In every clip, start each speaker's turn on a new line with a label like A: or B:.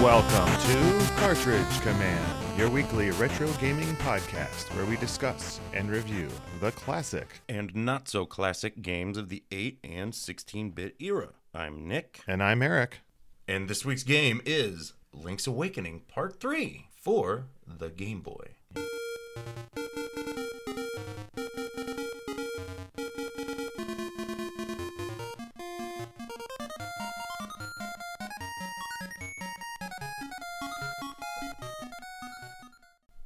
A: Welcome to Cartridge Command, your weekly retro gaming podcast where we discuss and review the classic.
B: and not so classic games of the 8 and 16 bit era. I'm Nick,
A: And I'm Eric.
B: and this week's game is Link's Awakening Part 3 for the Game Boy.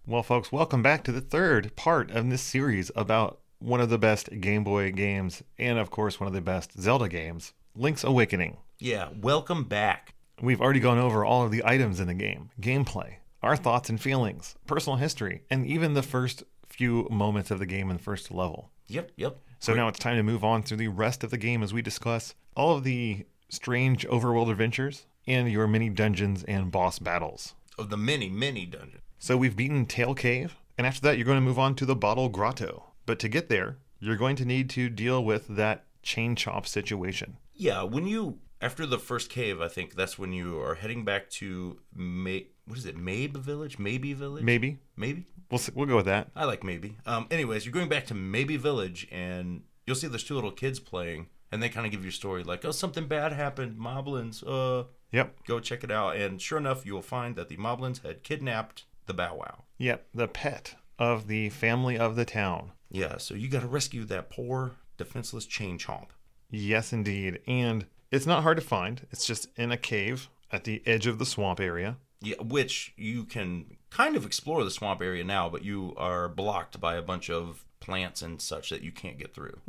A: Well, folks, welcome back to the third part of this series about one of the best Game Boy games and, of course, one of the best Zelda games, Link's Awakening.
B: Yeah, welcome back.
A: We've already gone over all of the items in the game, gameplay, our thoughts and feelings, personal history, and even the first few moments of the game and first level.
B: Yep, yep.
A: So now it's time to move on through the rest of the game as we discuss all of the strange overworld adventures and your mini dungeons and boss battles.
B: Of the mini, mini dungeon.
A: So we've beaten Tail Cave, and after that, you're going to move on to the Bottle Grotto. But to get there, you're going to need to deal with that chain chop situation.
B: Yeah, when you, after the first cave, I think that's when you are heading back to, May, what is it, Mabe Village? Maybe Village?
A: Maybe
B: Maybe?
A: we'll s- we'll go with that.
B: I like maybe. Um, anyways, you're going back to maybe village, and you'll see there's two little kids playing, and they kind of give you a story like, "Oh, something bad happened. Moblins, uh,
A: Yep,
B: go check it out." And sure enough, you will find that the Moblins had kidnapped the Bow Wow.
A: yep. The pet of the family of the town.
B: Yeah, so you got to rescue that poor defenseless chain chomp.
A: Yes, indeed. And it's not hard to find. It's just in a cave at the edge of the swamp area.
B: Yeah, which you can kind of explore the swamp area now, but you are blocked by a bunch of plants and such that you can't get through.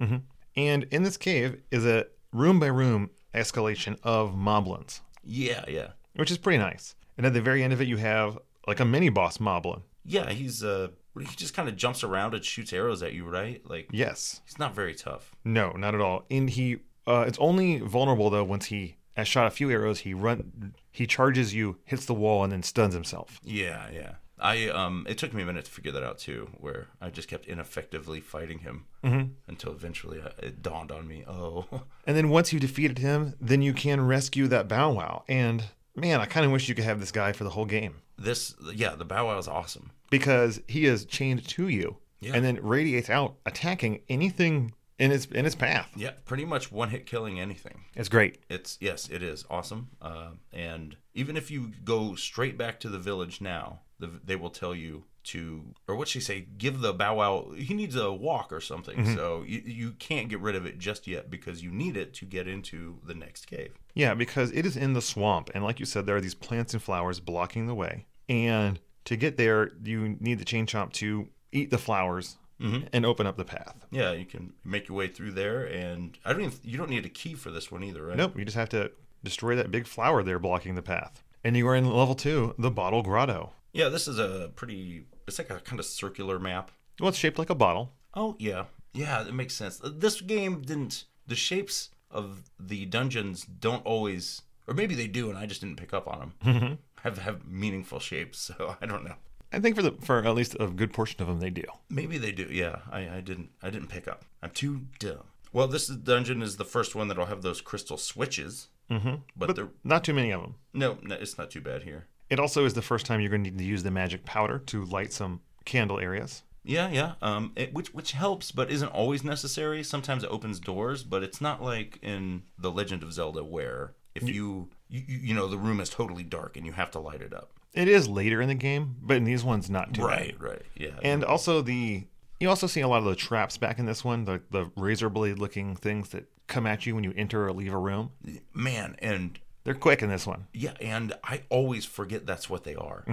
A: And in this cave is a room by room escalation of moblins,
B: Yeah, yeah.
A: which is pretty nice. And at the very end of it, you have like a mini boss moblin.
B: Yeah, he's uh he just kind of jumps around and shoots arrows at you, right? Like
A: Yes.
B: He's not very tough.
A: No, not at all. And he, uh, it's only vulnerable though once he has shot a few arrows. He run, he charges you, hits the wall, and then stuns himself.
B: Yeah, yeah. I um, it took me a minute to figure that out too, where I just kept ineffectively fighting him until eventually I, it dawned on me. Oh,
A: And then once you defeated him, then you can rescue that Bow Wow. And man, I kind of wish you could have this guy for the whole game
B: this yeah, the Bow Wow is awesome.
A: because he is chained to you,
B: Yeah.
A: and then radiates out, attacking anything in his in his path.
B: Yeah, pretty much one hit killing anything.
A: It's great.
B: It's yes, it is awesome. Uh, and even if you go straight back to the village now, the, they will tell you to or what she say, give the bow wow. He needs a walk or something, so you, you can't get rid of it just yet because you need it to get into the next cave.
A: Yeah, because it is in the swamp, and like you said, there are these plants and flowers blocking the way. And to get there, you need the chain chomp to eat the flowers and open up the path.
B: Yeah, you can make your way through there, and I don't. Even, you don't need a key for this one either, right?
A: Nope, you just have to destroy that big flower there blocking the path. And you are in level two, the Bottle Grotto.
B: Yeah, this is a pretty. It's like a kind of circular map.
A: Well, it's shaped like a bottle.
B: Oh yeah, yeah, it makes sense. Uh, This game didn't. The shapes of the dungeons don't always, or maybe they do, and I just didn't pick up on them. have have meaningful shapes, so I don't know.
A: I think for the for at least a good portion of them, they do.
B: Maybe they do. Yeah, I, I didn't. I didn't pick up. I'm too dumb. Well, this dungeon is the first one that'll have those crystal switches. Mm-hmm. But, they're
A: Not too many of them.
B: no, no, it's not too bad here.
A: It also is the first time you're going to need to use the magic powder to light some candle areas.
B: Yeah, yeah. Um, it, which which helps, but isn't always necessary. Sometimes it opens doors, but it's not like in The Legend of Zelda where if you you, you you know the room is totally dark and you have to light it up.
A: It is later in the game, but in these ones, not too. bad.
B: right. Yeah.
A: And also the you also see a lot of the traps back in this one, the the razor blade looking things that come at you when you enter or leave a room.
B: man, and
A: They're quick in this one.
B: yeah, and I always forget that's what they are.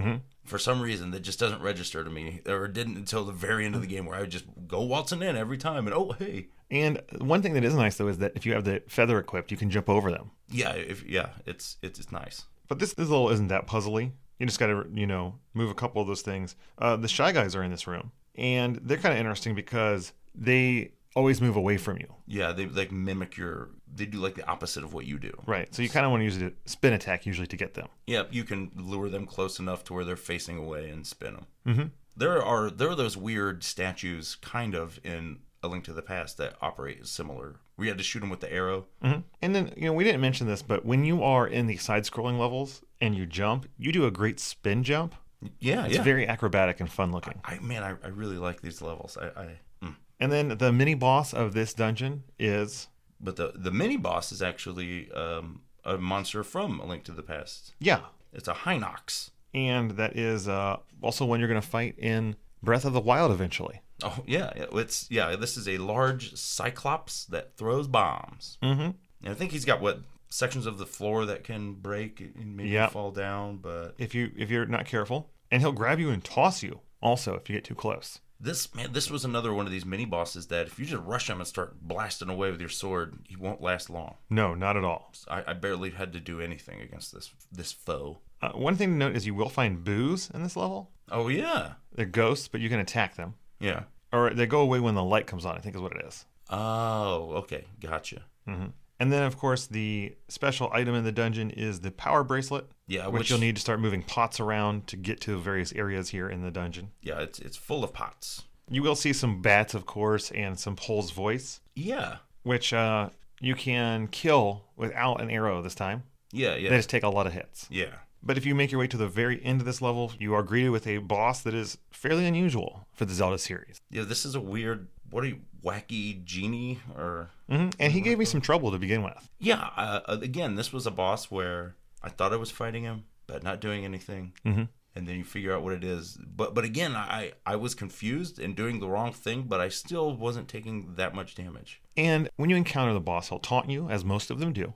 B: For some reason, that just doesn't register to me, or it didn't until the very end of the game, where I would just go waltzing in every time, and oh hey,
A: And one thing that is nice though is that if you have the feather equipped, you can jump over them.
B: yeah, if yeah, it's it's, it's nice.
A: But this this level isn't that puzzly. You just got to you know move a couple of those things. Uh, the shy guys are in this room, and they're kind of interesting because they always move away from you.
B: Yeah, they like mimic your. They do like the opposite of what you do.
A: Right. So you kind of want to use a spin attack usually to get them.
B: Yep, you can lure them close enough to where they're facing away and spin them. Mm-hmm. There are there are those weird statues, kind of in A Link to the Past that operate similar. We had to shoot them with the arrow.
A: Mm-hmm. And then, you know, we didn't mention this, but when you are in the side scrolling levels and you jump, you do a great spin jump.
B: Yeah,
A: It's
B: yeah.
A: very acrobatic and fun looking.
B: I man, I, I really like these levels. I, I mm.
A: And then the mini boss of this dungeon is,
B: but the the mini boss is actually um, a monster from A Link to the Past.
A: yeah.
B: It's a Hinox.
A: And that is uh, also one you're going to fight in Breath of the Wild eventually.
B: Oh yeah, yeah, it's yeah. This is a large cyclops that throws bombs.
A: Mm-hmm.
B: And I think he's got what sections of the floor that can break and maybe
A: Yep.
B: fall down. But
A: If, you, if you're not careful. And he'll grab you and toss you also if you get too close.
B: this man, this was another one of these mini bosses that if you just rush him and start blasting away with your sword, he won't last long.
A: No, not at all.
B: I, I barely had to do anything against this this foe.
A: Uh, one thing to note is you will find boos in this level.
B: Oh yeah,
A: They're ghosts, but you can attack them.
B: yeah.
A: Or they go away when the light comes on, I think is what it is.
B: Oh okay, gotcha.
A: hmm And then, of course, the special item in the dungeon is the power bracelet,
B: Yeah,
A: which,
B: Uh, which,
A: you'll need to start moving pots around to get to various areas here in the dungeon.
B: Yeah, it's it's full of pots.
A: You will see some bats, of course, and some Pole's voice,
B: Yeah,
A: which uh, you can kill without an arrow this time.
B: yeah,
A: They
B: yeah,
A: just take a lot of hits.
B: yeah.
A: But if you make your way to the very end of this level, you are greeted with a boss that is fairly unusual for the Zelda series.
B: Yeah, this is a weird. What are you, wacky genie or?
A: hmm And he gave me some trouble to begin with.
B: Yeah, uh, again, this was a boss where I thought I was fighting him, but not doing anything.
A: Mhm.
B: And then you figure out what it is. But but again, I I was confused and doing the wrong thing, but I still wasn't taking that much damage.
A: And when you encounter the boss, he'll taunt you, as most of them do,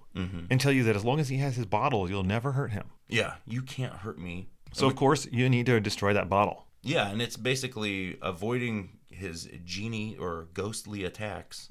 A: and tell you that as long as he has his bottle, you'll never hurt him.
B: Yeah, you can't hurt me.
A: So, of course, you need to destroy that bottle.
B: Yeah, and it's basically avoiding his genie or ghostly attacks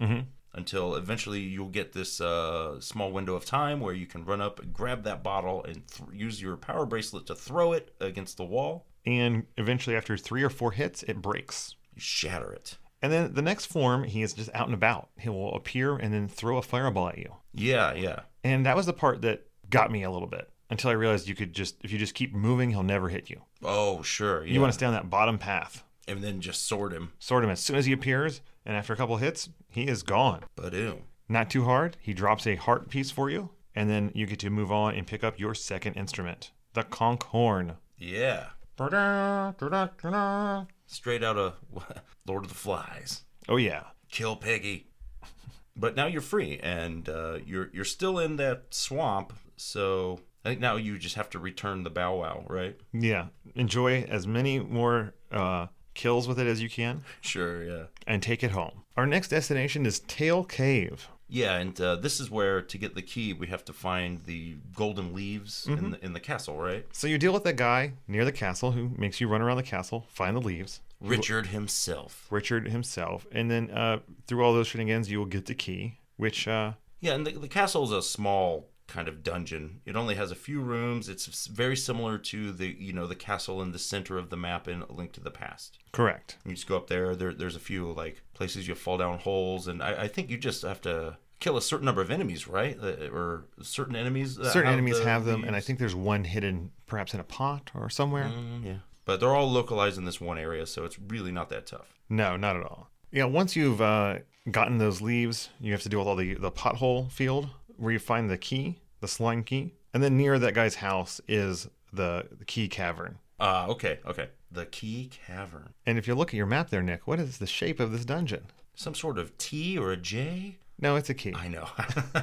B: until eventually you'll get this uh, small window of time where you can run up, and grab that bottle, and th- use your power bracelet to throw it against the wall,
A: And eventually, after three or four hits, it breaks.
B: shatter it.
A: And then the next form, he is just out and about. He will appear and then throw a fireball at you.
B: Yeah, yeah.
A: And that was the part that got me a little bit until I realized you could just, if you just keep moving, he'll never hit you.
B: Oh, sure. Yeah.
A: You want to stay on that bottom path.
B: and then just sword him.
A: Sword him as soon as he appears, and after a couple hits, he is gone.
B: But ew.
A: Not too hard. He drops a heart piece for you, and then you get to move on and pick up your second instrument, the conch horn.
B: Yeah.
A: Oh
B: Straight out of Lord of the Flies.
A: yeah.
B: kill Peggy. But now you're free, and uh, you're you're still in that swamp. So I think now you just have to return the bow wow, right?
A: Yeah. Enjoy as many more uh, kills with it as you can
B: Sure, yeah,
A: and take it home. Our next destination is Tail Cave.
B: yeah. And uh, this is where to get the key, we have to find the golden leaves in the, in the castle, right?
A: So you deal with that guy near the castle who makes you run around the castle, find the leaves,
B: Richard himself.
A: Richard himself, and then uh, through all those shenanigans, you will get the key, which uh,
B: Yeah, and the, the castle is a small kind of dungeon. It only has a few rooms. It's s- very similar to the you know the castle in the center of the map in A Link to the Past.
A: correct.
B: You just go up there. There, there's a few like places you fall down holes, and I, I think you just have to kill a certain number of enemies, right? Uh, Or certain enemies. that
A: Certain enemies
B: the
A: have them, and I
B: leaves.
A: think there's one hidden perhaps in a pot or somewhere.
B: Mm, yeah, but they're all localized in this one area, so it's really not that tough.
A: No, not at all. Yeah, once you've uh, gotten those leaves, you have to deal with all the, the pothole field where you find the key, the slime key. And then near that guy's house is the, the key cavern.
B: Ah, okay, okay. The key cavern,
A: And if you look at your map there, Nick, what is the shape of this dungeon?
B: some sort of T or a J.
A: No, it's a key.
B: I know.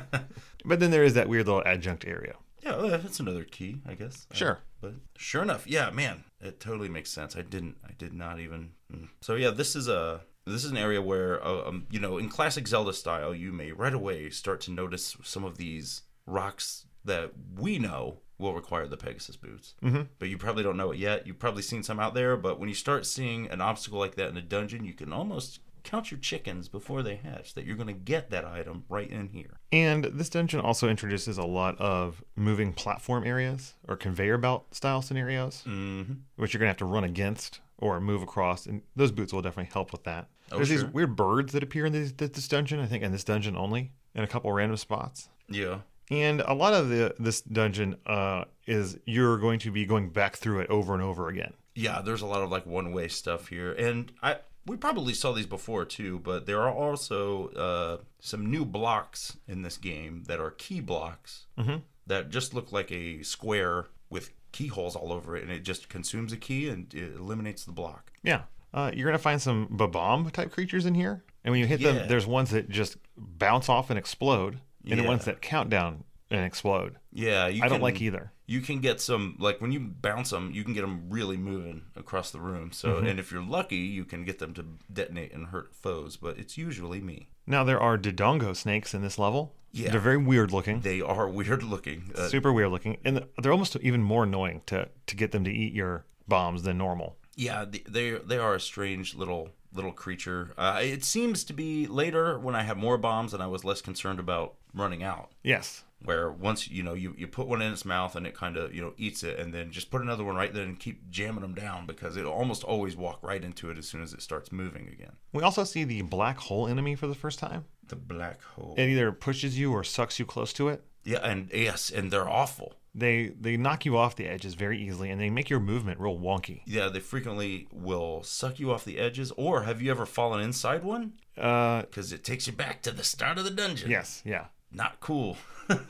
A: But then there is that weird little adjunct area.
B: yeah, well, that's another key, I guess. Uh,
A: Sure.
B: but sure enough, yeah, man, it totally makes sense. I didn't, I did not even. mm. So yeah, this is a this is an area where uh, um, you know, in classic Zelda style, you may right away start to notice some of these rocks that we know will require the Pegasus boots. Mm-hmm. But you probably don't know it yet. You've probably seen some out there, but when you start seeing an obstacle like that in a dungeon, you can almost count your chickens before they hatch that you're going to get that item right in here.
A: And this dungeon also introduces a lot of moving platform areas or conveyor belt style scenarios,
B: Mhm.
A: which you're going to have to run against or move across. And those boots will definitely help with that.
B: Oh,
A: There's these
B: sure.
A: weird birds that appear in this, this dungeon, I think, in this dungeon only, in a couple random spots.
B: Yeah.
A: And a lot of the, this dungeon uh, is you're going to be going back through it over and over again.
B: yeah there's a lot of like one way stuff here and i we probably saw these before too, but there are also uh, some new blocks in this game that are key blocks
A: Mm-hmm.
B: that just look like a square with keyholes all over it, and it just consumes a key and it eliminates the block.
A: Yeah. Uh, you're going to find some Babomb type creatures in here. And when you hit
B: Yeah.
A: them, there's ones that just bounce off and explode, and the
B: Yeah.
A: ones that count down and explode.
B: Yeah, you
A: I don't
B: can-
A: like either.
B: you can get some like when you bounce them you can get them really moving across the room so
A: Mm-hmm.
B: and if you're lucky you can get them to detonate and hurt foes but it's usually me
A: Now, there are Dodongo snakes in this level.
B: Yeah.
A: They're very weird looking,
B: they are weird looking uh,
A: super weird looking, and they're almost even more annoying to, to get them to eat your bombs than normal.
B: yeah th- they they are a strange little little creature uh, it seems to be later when i had more bombs and i was less concerned about running out
A: Yes.
B: where once you know you, you put one in its mouth and it kind of you know eats it and then just put another one right there and keep jamming them down because it'll almost always walk right into it as soon as it starts moving again
A: We also see the black hole enemy for the first time.
B: the black hole
A: It either pushes you or sucks you close to it.
B: Yeah, and yes, and they're awful.
A: They they knock you off the edges very easily, and they make your movement real wonky.
B: Yeah, they frequently will suck you off the edges. Or have you ever fallen inside one?
A: Uh,
B: Because it takes you back to the start of the dungeon.
A: yes, yeah.
B: Not cool.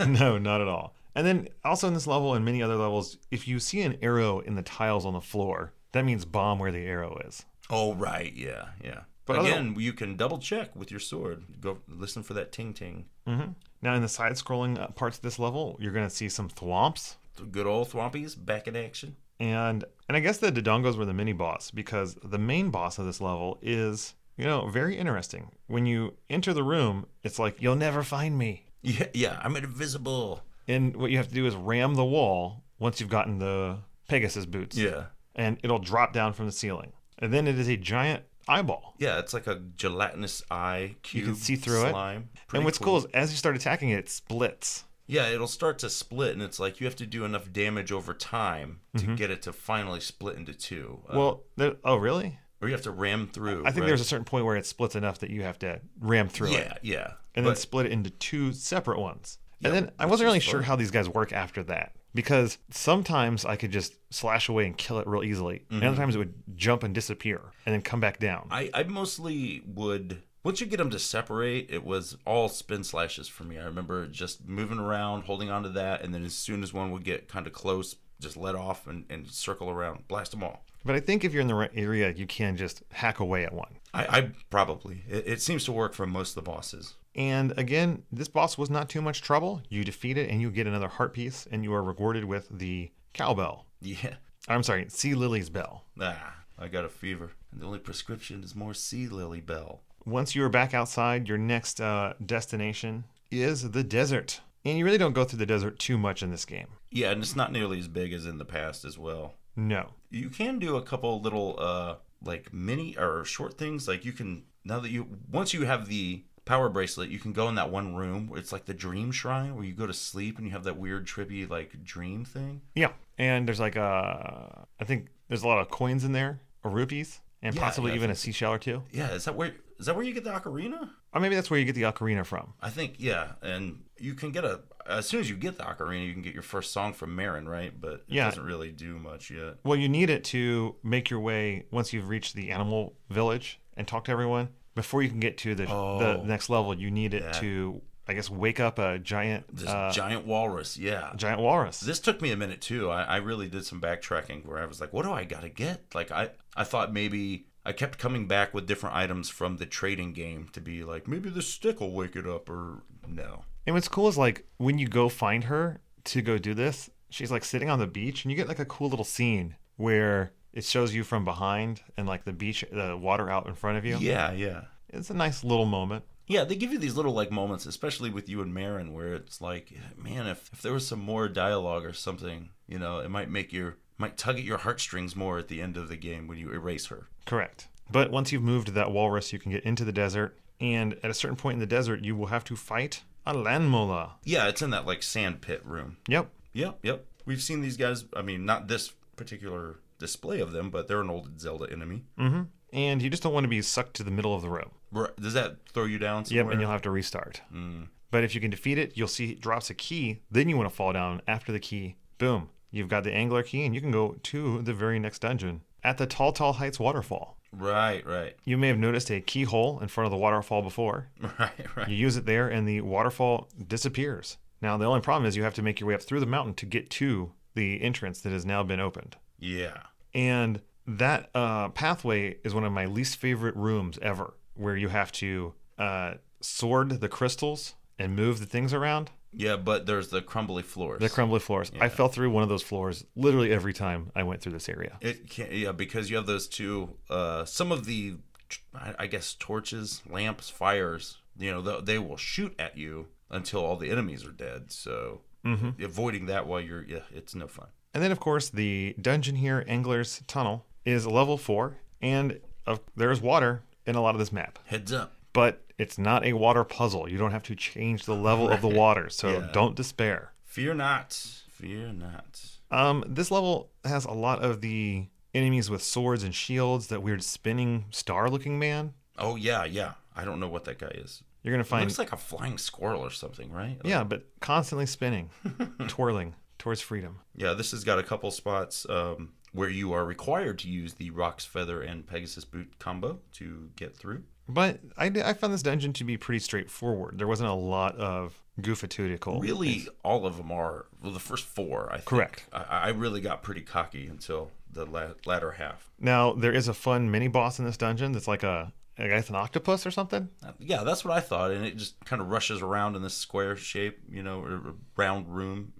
A: no, not at all. And then also in this level and many other levels, if you see an arrow in the tiles on the floor, that means bomb where the arrow is.
B: oh, right. Yeah, yeah.
A: But
B: But
A: other-
B: again, you can double check with your sword. Go listen for that ting ting.
A: Now in the side-scrolling uh, parts of this level, you're gonna see some thwomps,
B: The good old Thwompies back in action.
A: and and I guess the dodongos were the mini boss because the main boss of this level is you know very interesting. When you enter the room, it's like you'll never find me,
B: Yeah, yeah. I'm invisible.
A: and what you have to do is ram the wall once you've gotten the Pegasus boots,
B: Yeah,
A: and it'll drop down from the ceiling, and then it is a giant eyeball.
B: yeah. It's like a gelatinous eye cube.
A: see through it.
B: slime.
A: and
B: Pretty
A: what's cool. is as you start attacking it, it splits.
B: Yeah, it'll start to split, and it's like you have to do enough damage over time to get it to finally split into two. Uh,
A: Mm-hmm. well, there, oh really?
B: or you have to ram through.
A: I think
B: right?
A: there's a certain point where it splits enough that you have to ram through it,
B: yeah, yeah,
A: and then
B: but
A: split it into two separate ones.
B: Yeah,
A: and then I wasn't
B: is
A: really
B: fun.
A: sure how these guys work after that because sometimes I could just slash away and kill it real easily, and
B: Mm-hmm.
A: other times it would jump and disappear and then come back down.
B: I, I mostly would. Once you get them to separate, it was all spin slashes for me. I remember just moving around, holding onto that, and then as soon as one would get kind of close, just let off and, and circle around, blast them all.
A: but I think if you're in the right area, you can just hack away at one.
B: I, I probably it, it seems to work for most of the bosses.
A: And again, this boss was not too much trouble. You defeat it, and you get another heart piece, and you are rewarded with the cowbell.
B: Yeah,
A: I'm sorry, Sea Lily's Bell.
B: ah, I got a fever, and the only prescription is more sea lily bell.
A: Once you are back outside, your next uh, destination is the desert. And you really don't go through the desert too much in this game.
B: Yeah, and it's not nearly as big as in the past as well.
A: No.
B: You can do a couple little uh like mini or short things. Like you can now that you once you have the power bracelet, you can go in that one room where it's like the dream shrine where you go to sleep and you have that weird trippy like dream thing.
A: Yeah. And there's like a, I think there's a lot of coins in there, or rupees, and
B: Yeah,
A: possibly
B: yeah, I
A: even a seashell or two.
B: Yeah, is that where is that where you get the ocarina?
A: Or maybe that's where you get the ocarina from.
B: I think yeah, and you can get a as soon as you get the ocarina, you can get your first song from Marin, right? But it
A: Yeah.
B: doesn't really do much yet.
A: Well, you need it to make your way once you've reached the animal village and talk to everyone. Before you can get to the, the
B: Oh.
A: next level, you need it
B: Yeah.
A: to, I guess, wake up a giant,
B: This
A: uh,
B: giant walrus, yeah.
A: giant walrus.
B: This took me a minute too. I, I really did some backtracking where I was like, what do I gotta get? Like I, I thought maybe I kept coming back with different items from the trading game to be like, maybe the stick will wake it up or no.
A: And what's cool is like when you go find her to go do this, she's like sitting on the beach, and you get like a cool little scene where it shows you from behind and like the beach, the water out in front of you.
B: Yeah, yeah.
A: It's a nice little moment.
B: Yeah, they give you these little like moments, especially with you and Marin, where it's like, man, if, if there was some more dialogue or something, you know, it might make your might tug at your heartstrings more at the end of the game when you erase her.
A: Correct. But once you've moved that walrus, you can get into the desert, and at a certain point in the desert, you will have to fight a landmola.
B: Yeah, it's in that like sand pit room.
A: Yep.
B: Yep, yep. We've seen these guys. I mean, not this particular display of them, but they're an old Zelda enemy.
A: And you just don't want to be sucked to the middle of the room.
B: Right. Does that throw you down
A: Mm-hmm. Yep.
B: somewhere?
A: And you'll have to restart. But if you can defeat it, you'll see it drops a key. Then you want to fall down after the key. Boom. You've got the angler key, and you can go to the very next dungeon at the Tall Tall Heights waterfall.
B: Right, right,
A: You may have noticed a keyhole in front of the waterfall before.
B: right, right.
A: You use it there, and the waterfall disappears. Now, the only problem is you have to make your way up through the mountain to get to the entrance that has now been opened.
B: Yeah.
A: And that uh, pathway is one of my least favorite rooms ever, where you have to uh, sword the crystals and move the things around.
B: Yeah, but there's the crumbly floors.
A: The crumbly floors. I fell through one of those floors literally every time I went through this area.
B: It can yeah, because you have those two. Uh, some of the, I I guess, torches, lamps, fires. You know, th- they will shoot at you until all the enemies are dead. So
A: Mm-hmm.
B: avoiding that while you're, yeah, it's no fun.
A: And then, of course, the dungeon here, Angler's Tunnel, is level four, and of, there's water in a lot of this map.
B: Heads up.
A: But it's not a water puzzle. You don't have to change the level of the water, so don't despair.
B: Fear not. Fear not.
A: Um, this level has a lot of the enemies with swords and shields, that weird spinning star looking man.
B: Oh yeah, yeah. I don't know what that guy is.
A: You're going to find.
B: Looks like a flying squirrel or something, right?
A: yeah, but constantly spinning, twirling towards freedom.
B: Yeah, this has got a couple spots um, where you are required to use the Rock's Feather and Pegasus Boot combo to get through.
A: But I, d- I found this dungeon to be pretty straightforward. There wasn't a lot of goofitudical.
B: Really, all of them are, well, the first four, I think.
A: Correct.
B: I, I really got pretty cocky until the la- latter half.
A: Now there is a fun mini boss in this dungeon that's like a I guess an octopus or something.
B: Uh, Yeah, that's what I thought. And it just kind of rushes around in this square shape, you know, or or round room.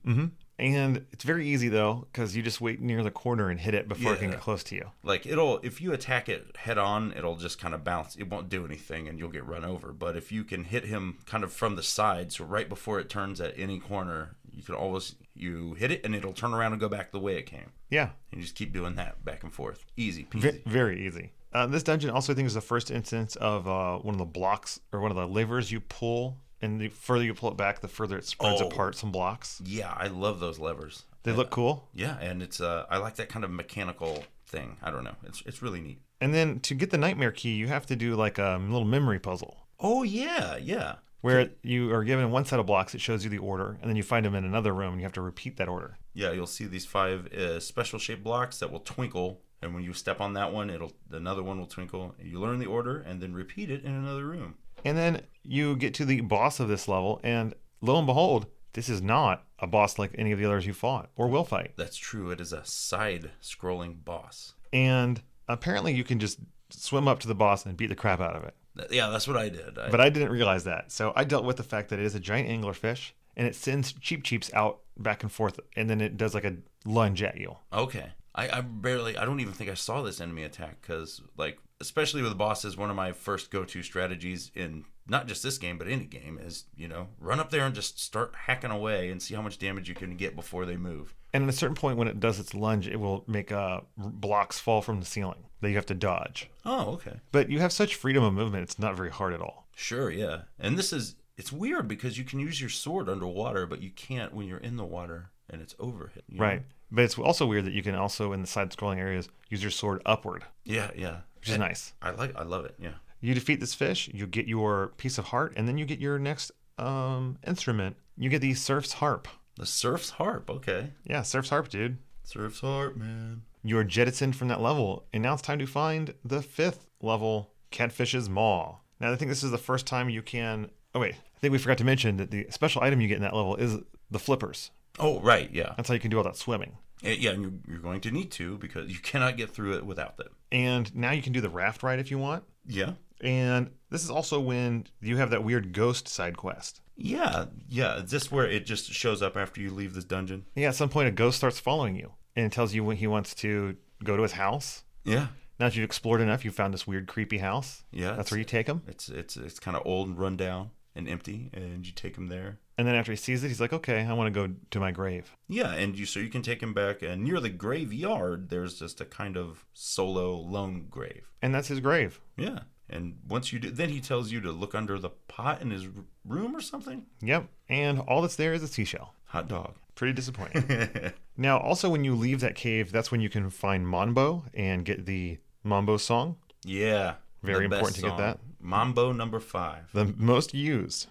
A: And it's very easy though because you just wait near the corner and hit it before it can
B: Yeah.
A: get close to you.
B: Like, it'll, if you attack it head on, it'll just kind of bounce. It won't do anything and you'll get run over. But if you can hit him kind of from the side, so right before it turns at any corner, you can always, you hit it and it'll turn around and go back the way it came.
A: Yeah,
B: And you just keep doing that back and forth. Easy peasy.
A: v- very easy. Uh, this dungeon also I think is the first instance of uh, one of the blocks or one of the levers you pull, and the further you pull it back, the further it spreads
B: Oh.
A: apart some blocks.
B: Yeah, I love those levers.
A: They look cool.
B: Yeah, and it's uh, I like that kind of mechanical thing. I don't know, it's it's really neat.
A: And then to get the nightmare key, you have to do like a little memory puzzle.
B: Oh yeah, yeah,
A: Where you are given one set of blocks, it shows you the order, and then you find them in another room, and you have to repeat that order.
B: yeah. You'll see these five uh, special shaped blocks that will twinkle, and when you step on that one, it'll another one will twinkle. You learn the order and then repeat it in another room.
A: And then you get to the boss of this level, and lo and behold, this is not a boss like any of the others you fought or will fight.
B: That's true. It is a side scrolling boss.
A: And apparently, you can just swim up to the boss and beat the crap out of it.
B: That- yeah, that's what I did. I,
A: But I didn't realize that. So I dealt with the fact that it is a giant anglerfish, and it sends cheap cheeps out back and forth, and then it does like a lunge at you.
B: Okay. I, I barely, I don't even think I saw this enemy attack because, like, especially with bosses, one of my first go to strategies in not just this game, but any game is, you know, run up there and just start hacking away and see how much damage you can get before they move.
A: And at a certain point, when it does its lunge, it will make uh, blocks fall from the ceiling that you have to dodge.
B: Oh, okay.
A: But you have such freedom of movement, it's not very hard at all.
B: Sure, yeah. And this is, it's weird because you can use your sword underwater, but you can't when you're in the water and it's overhead. you know?
A: Right. But it's also weird that you can also, in the side scrolling areas, use your sword upward,
B: Yeah, yeah.
A: which is nice.
B: I like, I love it. Yeah.
A: You defeat this fish, you get your piece of heart, and then you get your next um, instrument. You get the surf's harp.
B: The surf's harp. Okay.
A: Yeah, surf's harp, dude.
B: Surf's harp, man.
A: You're jettisoned from that level, and now it's time to find the fifth level, Catfish's Maw. Now, I think this is the first time you can. Oh, wait. I think we forgot to mention that the special item you get in that level is the flippers.
B: Oh, right. Yeah.
A: That's how you can do all that swimming.
B: Uh, Yeah, and you're, you're going to need to because you cannot get through it without them.
A: And now you can do the raft ride if you want.
B: Yeah.
A: And this is also when you have that weird ghost side quest.
B: Yeah, yeah. Is this where it just shows up after you leave this dungeon?
A: Yeah, at some point a ghost starts following you and tells you when he wants to go to his house.
B: Yeah.
A: Now that you've explored enough, you found this weird creepy house.
B: Yeah,
A: That's
B: it's-
A: where you take him.
B: It's it's it's kind of old and run down and empty, and you take him there.
A: And then after he sees it, he's like, okay, I want to go to my grave.
B: Yeah, and you so you can take him back, and near the graveyard, there's just a kind of solo lone grave.
A: And that's his grave.
B: Yeah, and once you do, then he tells you to look under the pot in his r- room or something.
A: Yep. And all that's there is a seashell.
B: Hot dog.
A: Pretty disappointing. now, also, when you leave that cave, that's when you can find Monbo and get the Mambo song,
B: yeah,
A: Very
B: the best
A: important to get that.
B: Mambo number five.
A: the most used.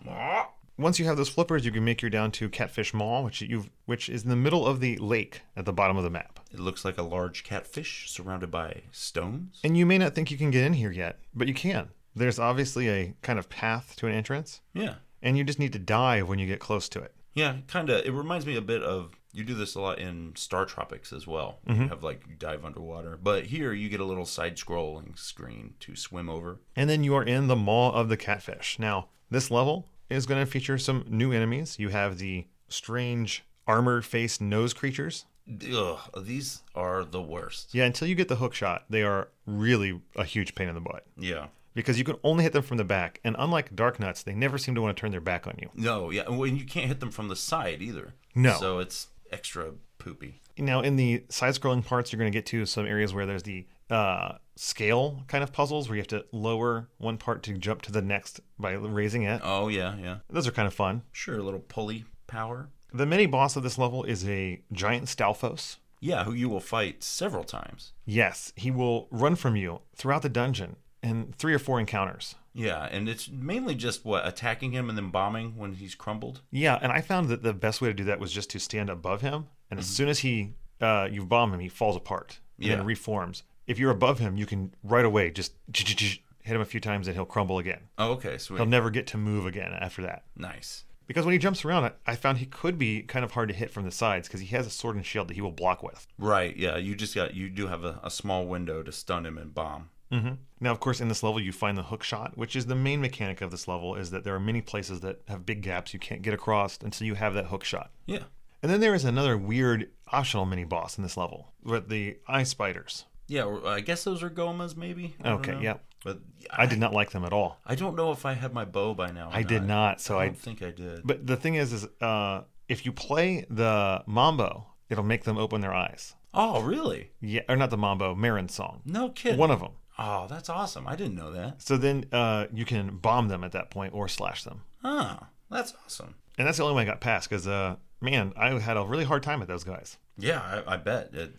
A: Once you have those flippers, you can make your down to Catfish Mall, which you which is in the middle of the lake at the bottom of the map.
B: It looks like a large catfish surrounded by stones.
A: And you may not think you can get in here yet, but you can. There's obviously a kind of path to an entrance,
B: Yeah.
A: and you just need to dive when you get close to it.
B: Yeah, kind of. It reminds me a bit of you do this a lot in Star Tropics as well. You have like you dive underwater, but here you get a little side scrolling screen to swim over.
A: And then you are in the Maw of the Catfish. Now, this level is going to feature some new enemies. You have the strange armor faced nose creatures.
B: Ugh, these are the worst.
A: Yeah, until you get the hook shot, they are really a huge pain in the butt
B: Yeah.
A: because you can only hit them from the back. And unlike Dark Nuts, they never seem to want to turn their back on you.
B: No, yeah. Well, and you can't hit them from the side either.
A: No.
B: So it's extra poopy.
A: Now, in the side scrolling parts, you're going to get to some areas where there's the uh, scale kind of puzzles where you have to lower one part to jump to the next by raising it.
B: Oh, yeah, yeah.
A: Those are kind of fun.
B: Sure, a little pulley power.
A: The mini boss of this level is a giant Stalfos.
B: Yeah, who you will fight several times.
A: Yes, he will run from you throughout the dungeon in three or four encounters.
B: Yeah, and it's mainly just what attacking him and then bombing when he's crumbled.
A: Yeah, and I found that the best way to do that was just to stand above him, and as soon as he uh, you bomb him, he falls apart and
B: Yeah.
A: then reforms. If you're above him, you can right away just hit him a few times and he'll crumble again.
B: Oh, okay,
A: He'll
B: sweet.
A: never get to move again after that.
B: Nice.
A: Because when he jumps around, I- I found he could be kind of hard to hit from the sides because he has a sword and shield that he will block with.
B: Right. Yeah. You just got. You do have a, a small window to stun him and bomb.
A: hmm Now, of course, in this level, you find the hook shot, which is the main mechanic of this level, is that there are many places that have big gaps you can't get across until you have that hook shot.
B: Yeah.
A: And then there is another weird optional mini boss in this level with the eye spiders.
B: Yeah. or I guess those are gomas, maybe. I don't
A: Okay,
B: know.
A: yeah.
B: But
A: I
B: I,
A: did not like them at all.
B: I don't know if I had my bow by now. or
A: I did not. So
B: I
A: I.
B: don't think I did.
A: But the thing is, is uh, if you play the mambo, it'll make them open their eyes.
B: Oh, really?
A: Yeah, or not the mambo, Marin song.
B: No kidding.
A: One of them.
B: Oh, that's awesome. I didn't know that.
A: So then uh, you can bomb them at that point or slash them.
B: Oh, that's awesome.
A: And that's the only way I got past because, uh, man, I had a really hard time with those guys.
B: Yeah, I, I bet. It,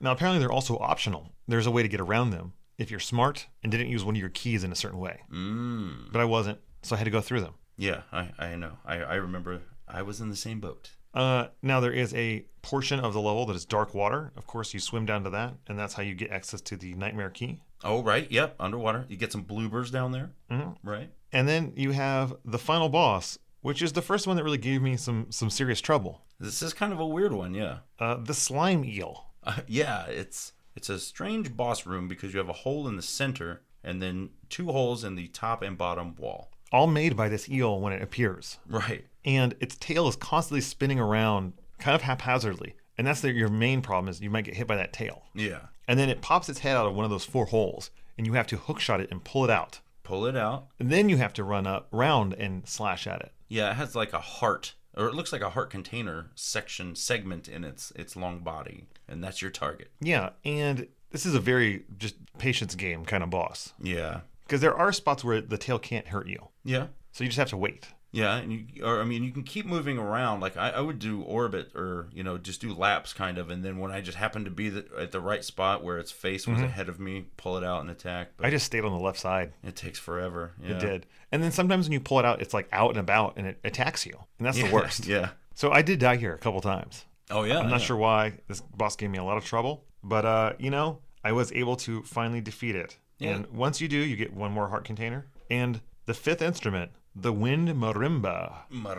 A: Now, apparently, they're also optional. There's a way to get around them if you're smart and didn't use one of your keys in a certain way.
B: mm,
A: But I wasn't, so I had to go through them.
B: yeah, I, I know. I, I remember. I was in the same boat.
A: Uh, now, there is a portion of the level that is dark water. Of course, you swim down to that, and that's how you get access to the Nightmare Key.
B: Oh, right. Yep. Underwater. You get some bloopers down there.
A: Mhm.
B: Right.
A: And then you have the final boss, which is the first one that really gave me some, some serious trouble
B: This is kind of a weird one. Yeah.
A: uh, the Slime Eel.
B: Uh, yeah, it's it's a strange boss room because you have a hole in the center and then two holes in the top and bottom wall.
A: all made by this eel when it appears.
B: Right.
A: And its tail is constantly spinning around kind of haphazardly. And that's the, your main problem is you might get hit by that tail.
B: Yeah.
A: And then it pops its head out of one of those four holes and you have to hookshot it and pull it out.
B: Pull it out.
A: And then you have to run up round and slash at it.
B: Yeah, it has like a heart or it looks like a heart container section segment in its its long body and that's your target.
A: Yeah, and this is a very just patience game kind of boss
B: Yeah.
A: because there are spots where the tail can't hurt you.
B: Yeah.
A: So you just have to wait.
B: Yeah, and you, or I mean, you can keep moving around. Like I, I would do orbit, or you know, just do laps, kind of. And then when I just happen to be the, at the right spot where its face
A: Mm-hmm.
B: was ahead of me, pull it out and attack. But
A: I just stayed on the left side.
B: it takes forever. Yeah.
A: It did. And then sometimes when you pull it out, it's like out and about and it attacks you. And that's the worst.
B: Yeah.
A: So I did die here a couple times.
B: Oh yeah.
A: I'm not
B: yeah.
A: sure why this boss gave me a lot of trouble, but uh, you know, I was able to finally defeat it. And once you do, you get one more heart container and the fifth instrument, the wind marimba.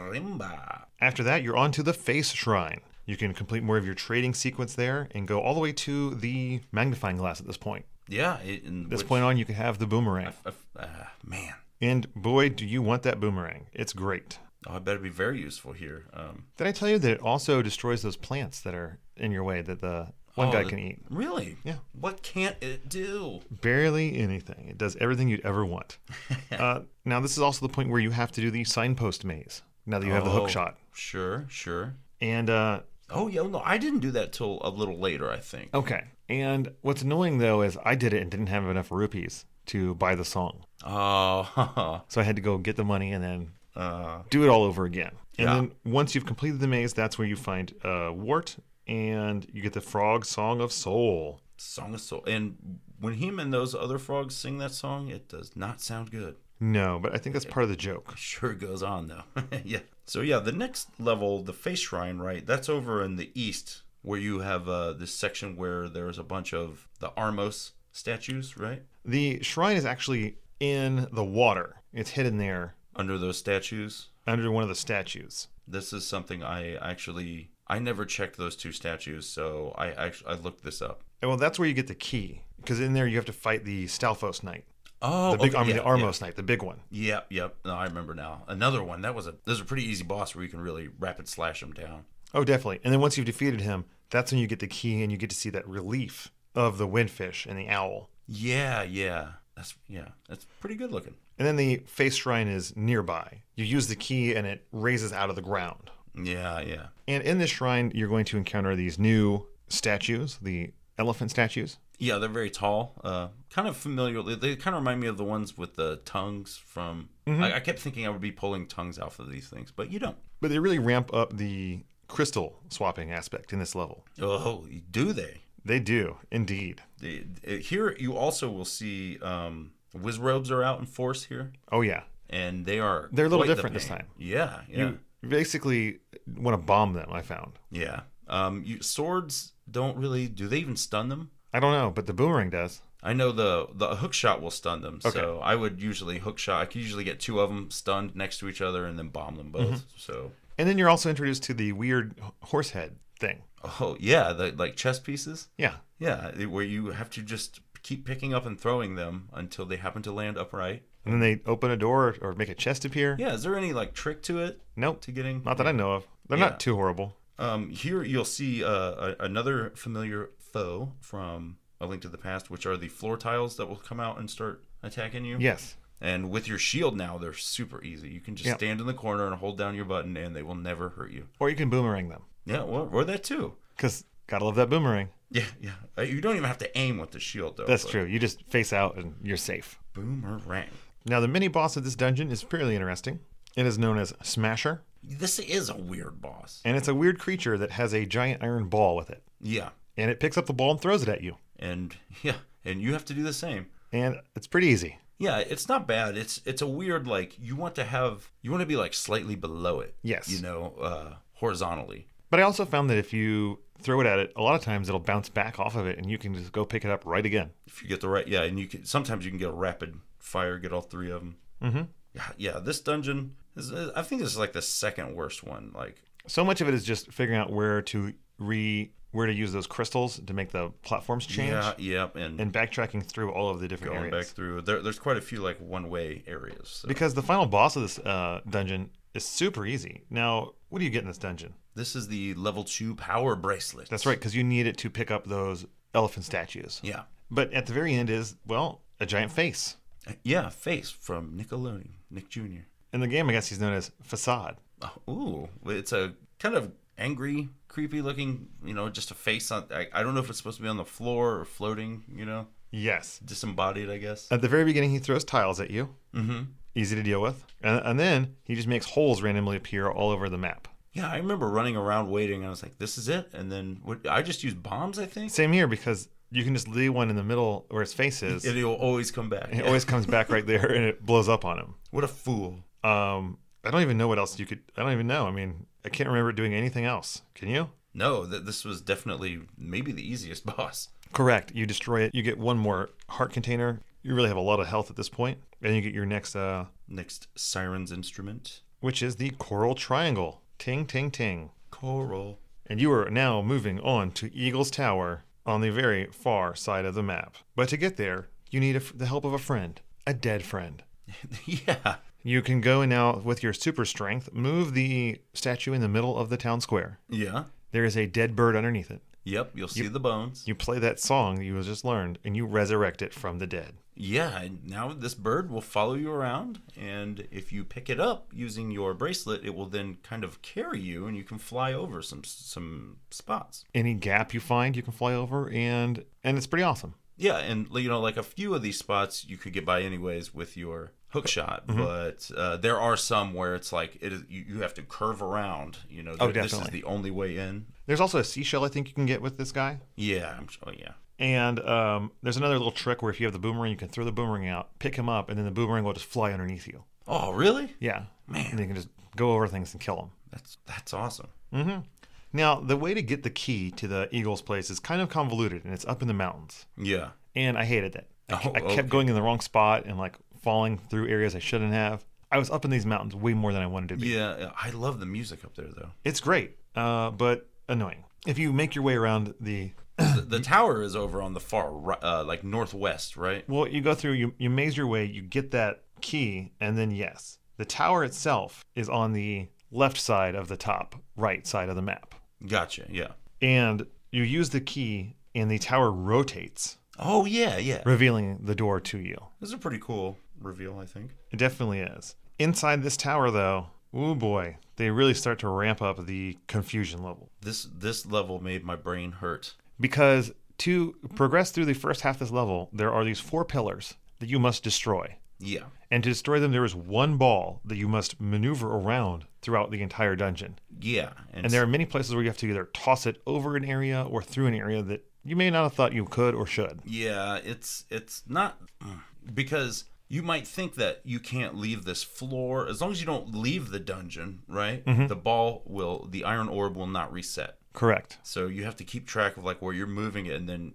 B: Marimba.
A: After that, you're on to the face shrine. You can complete more of your trading sequence there and go all the way to the magnifying glass at this point.
B: Yeah. It, and
A: At this
B: which-
A: point on, you can have the boomerang.
B: I f- ah, man,
A: And boy, do you want that boomerang. It's great.
B: oh, I better be very useful here. Um,
A: Did I tell you that it also destroys those plants that are in your way that the one
B: oh,
A: guy
B: the-
A: can eat?
B: Really?
A: Yeah.
B: What can't it do?
A: barely anything. It does everything you'd ever want. uh, now, this is also the point where you have to do the signpost maze. Now that you have the
B: Oh,
A: hook shot,
B: Sure. Sure.
A: and uh,
B: Oh yeah. No, I didn't do that till a little later. I think.
A: okay. And what's annoying though is I did it and didn't have enough rupees to buy the song,
B: Oh.
A: so I had to go get the money and then
B: uh,
A: do it all over again. And
B: Yeah.
A: then once you've completed the maze, that's where you find uh, Wart and you get the Frog Song of Soul.
B: song of soul. And when him and those other frogs sing that song, it does not sound good.
A: No, but I think that's part of the joke.
B: Sure goes on though. yeah. So yeah, the next level, the face shrine, right? That's over in the east where you have uh, this section where there's a bunch of the Armos statues, right?
A: The shrine is actually in the water. It's hidden there
B: Under those statues.
A: under one of the statues.
B: This is something I actually I never checked those two statues, so I actually I looked this up.
A: And well, that's where you get the key because in there you have to fight the Stalfos Knight, the
B: Oh,
A: big, I mean,
B: yeah,
A: the Armos Knight, the big one.
B: Yep, yep. No, I remember now. Another one. That was a this is a pretty easy boss where you can really rapid slash them down.
A: Oh, definitely. And then once you've defeated him, that's when you get the key and you get to see that relief of the windfish and the owl.
B: Yeah, yeah. That's yeah. That's pretty good looking.
A: And then the face shrine is nearby. You use the key and it raises out of the ground.
B: Yeah, yeah.
A: And in this shrine, you're going to encounter these new statues, the elephant statues.
B: Yeah, they're very tall. Uh, kind of familiar. They, they kind of remind me of the ones with the tongues from.
A: Mm-hmm.
B: I, I kept thinking I would be pulling tongues off of these things, but you don't.
A: But they really ramp up the crystal swapping aspect in this level.
B: Oh, do they?
A: They do, indeed.
B: They- uh, Here, you also will see um, whiz robes are out in force here,
A: Oh, yeah.
B: and they are.
A: They're a little
B: quite the
A: different this
B: pain.
A: time.
B: Yeah, yeah,
A: You basically want to bomb them, I found.
B: yeah. Um, you, swords don't really. Do they even stun them?
A: I don't know, but the boomerang does.
B: I know the the hook shot will stun them, so I would usually hook shot. I could usually get two of them stunned next to each other and then bomb them both.
A: Mm-hmm.
B: So
A: And then you're also introduced to the weird h- horse head thing.
B: Oh yeah, the like chess pieces.
A: Yeah.
B: Yeah, it- where you have to just keep picking up and throwing them until they happen to land upright.
A: And then they open a door or make a chest appear.
B: Yeah, is there any like trick to it
A: Nope.
B: to getting?
A: Not that I know of. They're
B: Yeah.
A: not too horrible.
B: Um, here you'll see uh, a, another familiar foe from A Link to the Past, which are the floor tiles that will come out and start attacking you.
A: Yes.
B: And with your shield now, they're super easy. You can just
A: Yeah.
B: stand in the corner and hold down your button, and they will never hurt you.
A: Or you can boomerang them.
B: Yeah, well, or that too.
A: Because gotta love that boomerang.
B: Yeah, yeah. Uh, You don't even have to aim with the shield though.
A: That's
B: but
A: true. You just face out and you're safe.
B: Boomerang.
A: Now, the mini boss of this dungeon is fairly interesting. It is known as Smasher,
B: This is a weird boss.
A: and it's a weird creature that has a giant iron ball with it.
B: Yeah.
A: And it picks up the ball and throws it at you.
B: And yeah, and you have to do the same.
A: And it's pretty easy.
B: Yeah, it's not bad. It's it's a weird like you want to have you want to be like slightly below it.
A: Yes.
B: You know, uh horizontally.
A: But I also found that if you throw it at it, a lot of times it'll bounce back off of it and you can just go pick it up right again.
B: If you get the right yeah, and you can sometimes you can get a rapid fire, get all three of them.
A: Mhm.
B: Yeah, yeah, this dungeon is uh, I think this is like the second worst one. Like
A: So much of it is just figuring out where to re where to use those crystals to make the platforms change
B: yeah, yeah, and,
A: and backtracking through all of the different
B: going back
A: areas.
B: through. There, there's quite a few like one-way areas. So.
A: Because the final boss of this uh, dungeon is super easy. Now, what do you get in this dungeon?
B: This is the level 2 power bracelet.
A: That's right, because you need it to pick up those elephant statues.
B: Yeah.
A: But at the very end is, well, a giant face.
B: Uh, Yeah, face from Nickelodeon, Nick Jr.
A: In the game, I guess he's known as Facade.
B: Oh, ooh, it's a kind of angry, creepy looking, you know, just a face on. I, I don't know if it's supposed to be on the floor or floating, you know,
A: Yes.
B: disembodied, I guess.
A: At the very beginning, he throws tiles at you.
B: hmm
A: Easy to deal with. And, and then he just makes holes randomly appear all over the map.
B: Yeah, I remember running around waiting. And I was like, this is it. And then what, I just used bombs, I think.
A: Same here, because you can just leave one in the middle where his face is.
B: And it'll always come back.
A: and it always comes back right there and it blows up on him.
B: What a fool.
A: Um, I don't even know what else you could. I don't even know. I mean, I can't remember it doing anything else. Can you?
B: No, th- this was definitely maybe the easiest boss.
A: Correct. You destroy it. You get one more heart container. You really have a lot of health at this point, and you get your next, uh,
B: Next, Siren's Instrument.
A: which is the coral triangle. Ting, ting, ting.
B: Coral.
A: And you are now moving on to Eagle's Tower on the very far side of the map. But to get there, you need a f the help of a friend, a dead friend.
B: yeah.
A: You can go and now with your super strength move the statue in the middle of the town square.
B: Yeah.
A: There is a dead bird underneath it.
B: Yep, you'll see the bones.
A: You play that song that you just learned, and you resurrect it from the dead.
B: Yeah, and now this bird will follow you around, and if you pick it up using your bracelet, it will then kind of carry you, and you can fly over some some spots.
A: any gap you find you can fly over and and it's pretty awesome
B: Yeah, and you know, like a few of these spots, you could get by anyways with your hook shot,
A: Mm-hmm.
B: but uh, there are some where it's like it is you, you have to curve around. You know,
A: Oh,
B: th- this is
A: definitely.
B: the only way in.
A: there's also a seashell i think you can get with this guy
B: Yeah, I'm sure. Yeah,
A: And um, there's another little trick where if you have the boomerang, you can throw the boomerang out, pick him up, and then the boomerang will just fly underneath you.
B: Oh, really?
A: Yeah. Man. And you can just go over things and kill them.
B: That's that's awesome.
A: Now, the way to get the key to the eagle's place is kind of convoluted, and it's up in the mountains.
B: Yeah.
A: And I hated that. I,
B: Oh,
A: I kept
B: okay.
A: going in the wrong spot and like falling through areas I shouldn't have. I was up in these mountains way more than I wanted to be.
B: Yeah, yeah. I love the music up there though.
A: It's great, uh, but annoying. If you make your way around the
B: The, the tower is over on the far right, uh, like northwest, right?
A: Well, you go through, you, you maze your way, you get that key, and then yes. The tower itself is on the left side of the top, right side of the map.
B: Gotcha. Yeah.
A: And you use the key, and the tower rotates,
B: Oh yeah, yeah.
A: revealing the door to you.
B: This is a pretty cool reveal, I think.
A: It definitely is. Inside this tower, though, oh boy, they really start to ramp up the confusion level.
B: This this level made my brain hurt.
A: Because to progress through the first half of this level, there are these four pillars that you must destroy.
B: Yeah.
A: And to destroy them, there is one ball that you must maneuver around throughout the entire dungeon.
B: Yeah.
A: And there are many places where you have to either toss it over an area or through an area that you may not have thought you could or should.
B: Yeah, it's it's not because you might think that you can't leave this floor as long as you don't leave the dungeon, right?
A: Mm-hmm.
B: The ball will the iron orb will not reset.
A: Correct.
B: So you have to keep track of like where you're moving it and then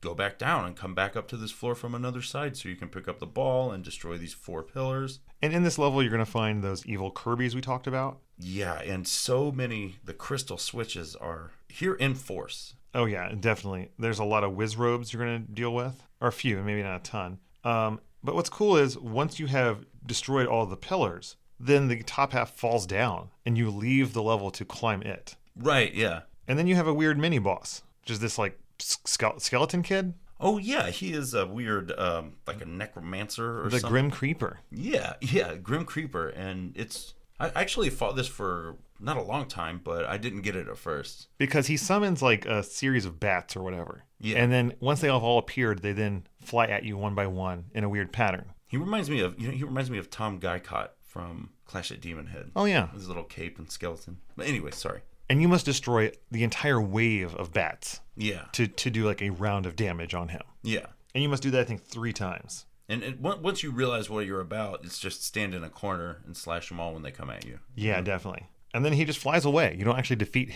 B: go back down and come back up to this floor from another side so you can pick up the ball and destroy these four pillars.
A: And in this level, you're going to find those evil Kirby's we talked about.
B: Yeah, and so many the crystal switches are here in force.
A: Oh, yeah, definitely. There's a lot of whiz robes you're going to deal with, or a few, maybe not a ton. Um, but what's cool is once you have destroyed all the pillars, then the top half falls down and you leave the level to climb it.
B: Right, yeah.
A: And then you have a weird mini boss, which is this like ske- skeleton kid,
B: Oh yeah, he is a weird um like a necromancer or
A: the
B: something.
A: Grim Creeper.
B: Yeah, yeah, Grim Creeper, and it's I actually fought this for not a long time, but I didn't get it at first.
A: Because he summons like a series of bats or whatever.
B: Yeah.
A: And then once they have all appeared, they then fly at you one by one in a weird pattern.
B: He reminds me of you know he reminds me of Tom Guycott from Clash at Demon Head.
A: Oh, yeah.
B: his little cape and skeleton. But anyway, sorry.
A: And you must destroy the entire wave of bats
B: Yeah,
A: to, to do like a round of damage on him.
B: yeah,
A: And you must do that, I think, three times.
B: and, and on- once you realize what you're about, it's just stand in a corner and slash them all when they come at you.
A: Yeah, definitely. And then he just flies away. You don't actually defeat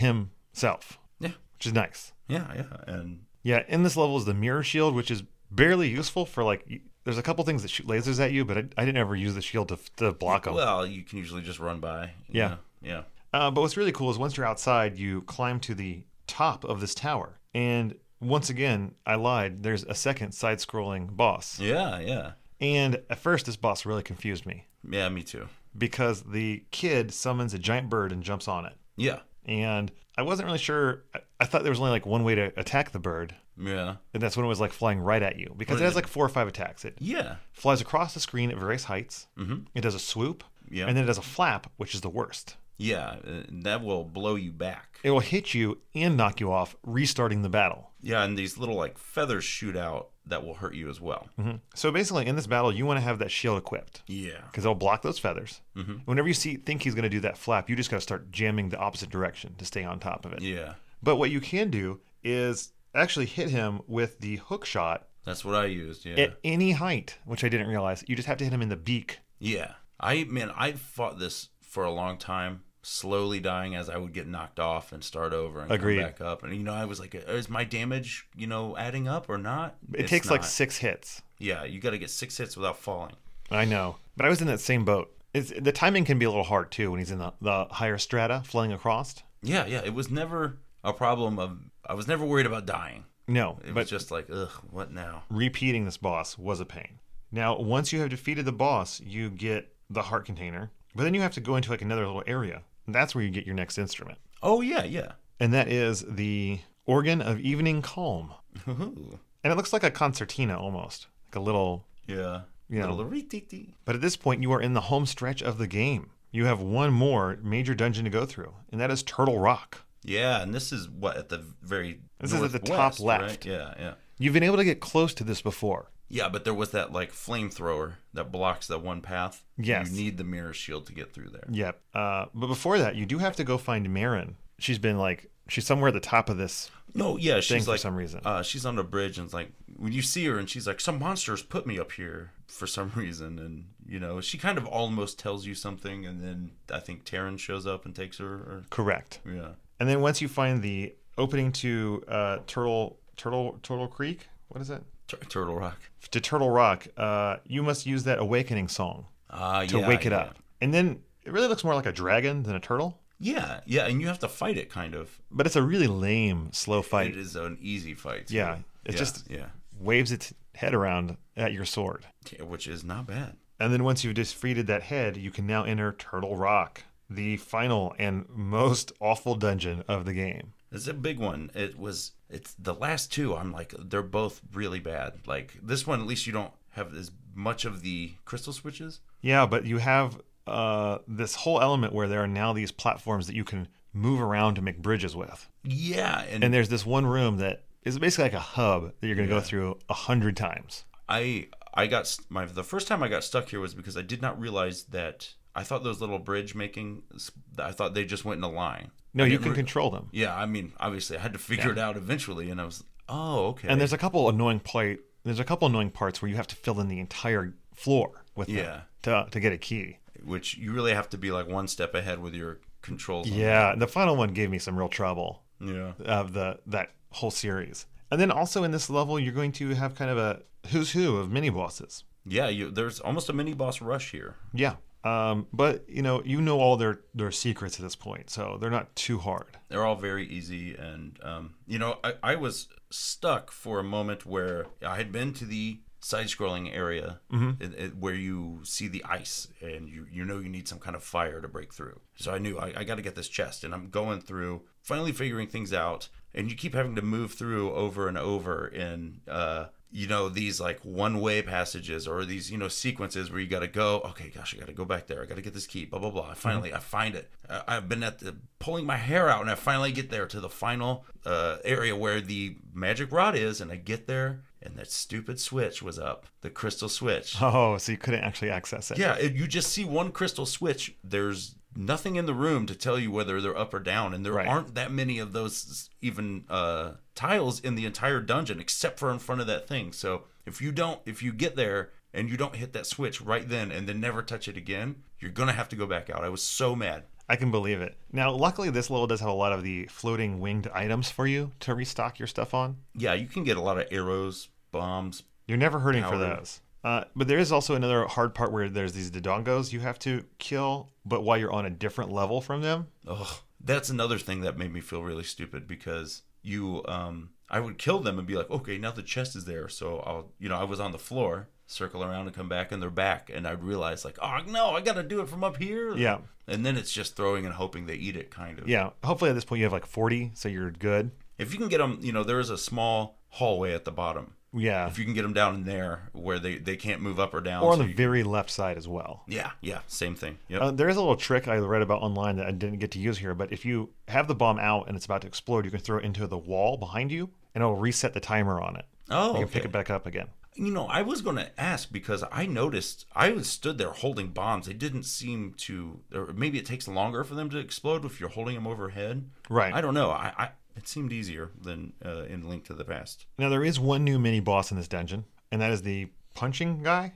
A: himself,
B: Yeah,
A: which is nice.
B: yeah, yeah, and
A: Yeah, in this level is the mirror shield, which is barely useful for like. y- There's a couple things that shoot lasers at you, but I, I didn't ever use the shield to, to block them.
B: well, you can usually just run by. you
A: Yeah.
B: know? yeah,
A: Uh, but what's really cool is once you're outside, you climb to the top of this tower. And once again, I lied. There's a second side scrolling boss.
B: yeah, yeah,
A: And at first, this boss really confused me
B: yeah. Me too.
A: because the kid summons a giant bird and jumps on it.
B: Yeah,
A: And I wasn't really sure. I, I thought there was only like one way to attack the bird.
B: yeah,
A: And that's when it was like flying right at you because it has like four or five attacks. It
B: yeah.
A: flies across the screen at various heights. Mm-hmm. It does a swoop.
B: Yeah.
A: And then it does a flap, which is the worst.
B: Yeah, uh, that will blow you back.
A: It will hit you and knock you off, restarting the battle.
B: Yeah, and these little like feathers shoot out that will hurt you as well.
A: So basically, in this battle, you want to have that shield equipped
B: Yeah.
A: because it'll block those feathers.
B: Mm-hmm.
A: Whenever you see think he's going to do that flap, you just got to start jamming the opposite direction to stay on top of it.
B: Yeah.
A: But what you can do is actually hit him with the hook shot
B: That's what I used. Yeah.
A: at any height, which I didn't realize. You just have to hit him in the beak.
B: yeah. I man, I fought this for a long time, slowly dying as I would get knocked off and start over and
A: Agreed.
B: come back up. And you know, I was like, is my damage, you know, adding up or not?
A: It
B: It's
A: takes like
B: not.
A: six hits.
B: Yeah, you got to get 6 hits without falling.
A: I know, but I was in that same boat. It's, the timing can be a little hard too when he's in the, the higher strata, flying across.
B: Yeah, yeah, it was never a problem of I was never worried about dying.
A: No,
B: It
A: but
B: was just like, ugh, what now?
A: repeating this boss was a pain. Now, once you have defeated the boss, you get the heart container, but then you have to go into like another little area. That's where you get your next instrument,
B: Oh, yeah, yeah.
A: and that is the organ of evening calm. And it looks like a concertina almost, like a little.
B: Yeah.
A: Yeah.
B: Little rititi.
A: But at this point, you are in the home stretch of the game. You have one more major dungeon to go through, and that is Turtle Rock.
B: Yeah, and this is what at the very
A: This is at the
B: northwest,
A: top left.
B: right? Yeah, yeah.
A: You've been able to get close to this before.
B: Yeah, but there was that like flamethrower that blocks that one path.
A: Yes.
B: You need the mirror shield to get through there.
A: Yep. Uh, but before that, you do have to go find Marin. She's been like She's somewhere at the top of this.
B: No, yeah, she's
A: for
B: like
A: some reason.
B: Uh, she's on a bridge and it's like when you see her and she's like, some monsters put me up here for some reason, and you know she kind of almost tells you something, and then I think Taryn shows up and takes her. Or,
A: Correct.
B: yeah,
A: And then once you find the opening to uh, Turtle Turtle Turtle Creek, what is it?
B: Tur- Turtle Rock.
A: To Turtle Rock, uh, you must use that awakening song
B: Uh,
A: to wake it up. And then it really looks more like a dragon than a turtle,
B: Yeah, yeah, and you have to fight it kind of.
A: but it's a really lame, slow
B: It
A: fight.
B: is an easy fight. too.
A: Yeah, it
B: yeah,
A: just
B: yeah,
A: waves its head around at your sword.
B: Yeah, which is not bad.
A: And then once you've defeated that head, you can now enter Turtle Rock, the final and most awful dungeon of the game.
B: It's a big one. It was. It's the last two. I'm like, they're both really bad. Like this one, at least you don't have as much of the crystal switches.
A: Yeah, but you have uh, this whole element where there are now these platforms that you can move around to make bridges with.
B: Yeah, and,
A: And there's this one room that is basically like a hub that you're going to go through a hundred times.
B: I I got st- my the first time I got stuck here was because I did not realize that I thought those little bridge making. s- I thought they just went in a line.
A: No,
B: I
A: you
B: didn't
A: can
B: re-
A: control them.
B: Yeah, I mean, obviously, I had to figure it out eventually, and I was, oh, okay.
A: And there's a couple annoying play. There's a couple annoying parts where you have to fill in the entire floor with them
B: Yeah.
A: to to get a key.
B: which you really have to be like one step ahead with your controls. on
A: Yeah, and the final one gave me some real trouble
B: that. yeah.
A: of the that whole series. And then also in this level, you're going to have kind of a who's who of mini bosses.
B: Yeah, you, there's almost a mini boss rush here.
A: Yeah. Um, but you know, you know all their their secrets at this point, so they're not too hard.
B: They're all very easy, and um, you know, I, I was stuck for a moment where I had been to the side-scrolling area it- it- where you see the ice, and you you know you need some kind of fire to break through. So I knew I, I got to get this chest, and I'm going through, finally figuring things out, and you keep having to move through over and over in uh, you know these like one way passages or these you know sequences where you got to go okay gosh i got to go back there i got to get this key blah blah blah I finally i find it I, i've been at the pulling my hair out and i finally get there to the final uh, area where the magic rod is and i get there and that stupid switch was up the crystal switch
A: Oh, so you couldn't actually access it.
B: yeah, it, you just see one crystal switch. There's nothing in the room to tell you whether they're up or down, and there
A: Right.
B: aren't that many of those even uh, tiles in the entire dungeon, except for in front of that thing. So if you don't, if you get there and you don't hit that switch right then and then never touch it again, you're gonna have to go back out. I was so mad.
A: I can believe it. Now, luckily, this level does have a lot of the floating winged items for you to restock your stuff on.
B: Yeah, you can get a lot of arrows, bombs.
A: You're never hurting for
B: Powered.
A: those. Uh, but there is also another hard part where there's these dodongos you have to kill, but while you're on a different level from them.
B: Ugh, that's another thing that made me feel really stupid because you, um, I would kill them and be like, okay, now the chest is there, so I'll, you know, I was on the floor, circle around and come back, and they're back, and I'd realize like, oh no, I got to do it from up here.
A: Yeah.
B: And then it's just throwing and hoping they eat it, kind of.
A: Yeah. Hopefully, at this point, you have like 40, so you're good.
B: If you can get them, you know, there is a small hallway at the bottom.
A: Yeah.
B: If you can get them down in there where they they can't move up or down.
A: Or on
B: so
A: the
B: you-
A: very left side as well.
B: yeah, yeah, same thing. Yep.
A: Uh, there is a little trick I read about online that I didn't get to use here, but if you have the bomb out and it's about to explode, you can throw it into the wall behind you, and it'll reset the timer on it.
B: oh,
A: You can
B: okay.
A: pick it back up again.
B: You know, I was going to ask because I noticed I was stood there holding bombs. They didn't seem to, or maybe it takes longer for them to explode if you're holding them overhead.
A: Right.
B: I don't know. I, I it seemed easier than uh, in Link to the Past.
A: Now there is one new mini boss in this dungeon, and that is the punching guy,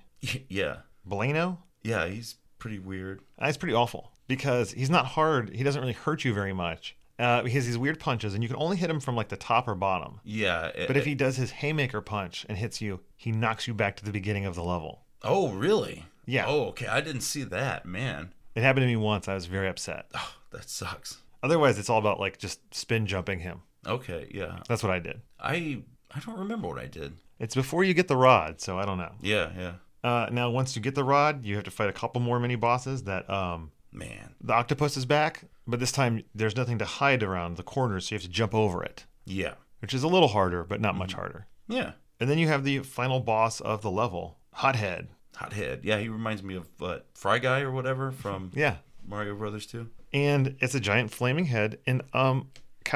B: Yeah,
A: Blano.
B: yeah, he's pretty weird.
A: That's pretty awful because he's not hard. He doesn't really hurt you very much. Uh, he has these weird punches, and you can only hit him from like the top or bottom.
B: Yeah, eh, it-
A: But if he does his haymaker punch and hits you, he knocks you back to the beginning of the level.
B: oh really?
A: Yeah.
B: Oh, okay. I didn't see that, man.
A: It happened to me once. I was very upset.
B: Oh, that sucks.
A: Otherwise, it's all about like just spin jumping him.
B: Okay, yeah.
A: That's what I did.
B: I I don't remember what I did.
A: It's before you get the rod, so I don't know.
B: Yeah, yeah.
A: Uh, now, once you get the rod, you have to fight a couple more mini bosses. That um,
B: Man.
A: the octopus is back, but this time there's nothing to hide around the corners, so you have to jump over it,
B: Yeah.
A: which is a little harder, but not much harder.
B: Yeah.
A: And then you have the final boss of the level, Hothead.
B: Hothead. Yeah, he reminds me of uh, Fry Guy or whatever from
A: Yeah,
B: Mario Brothers 2.
A: and it's a giant flaming head, and um,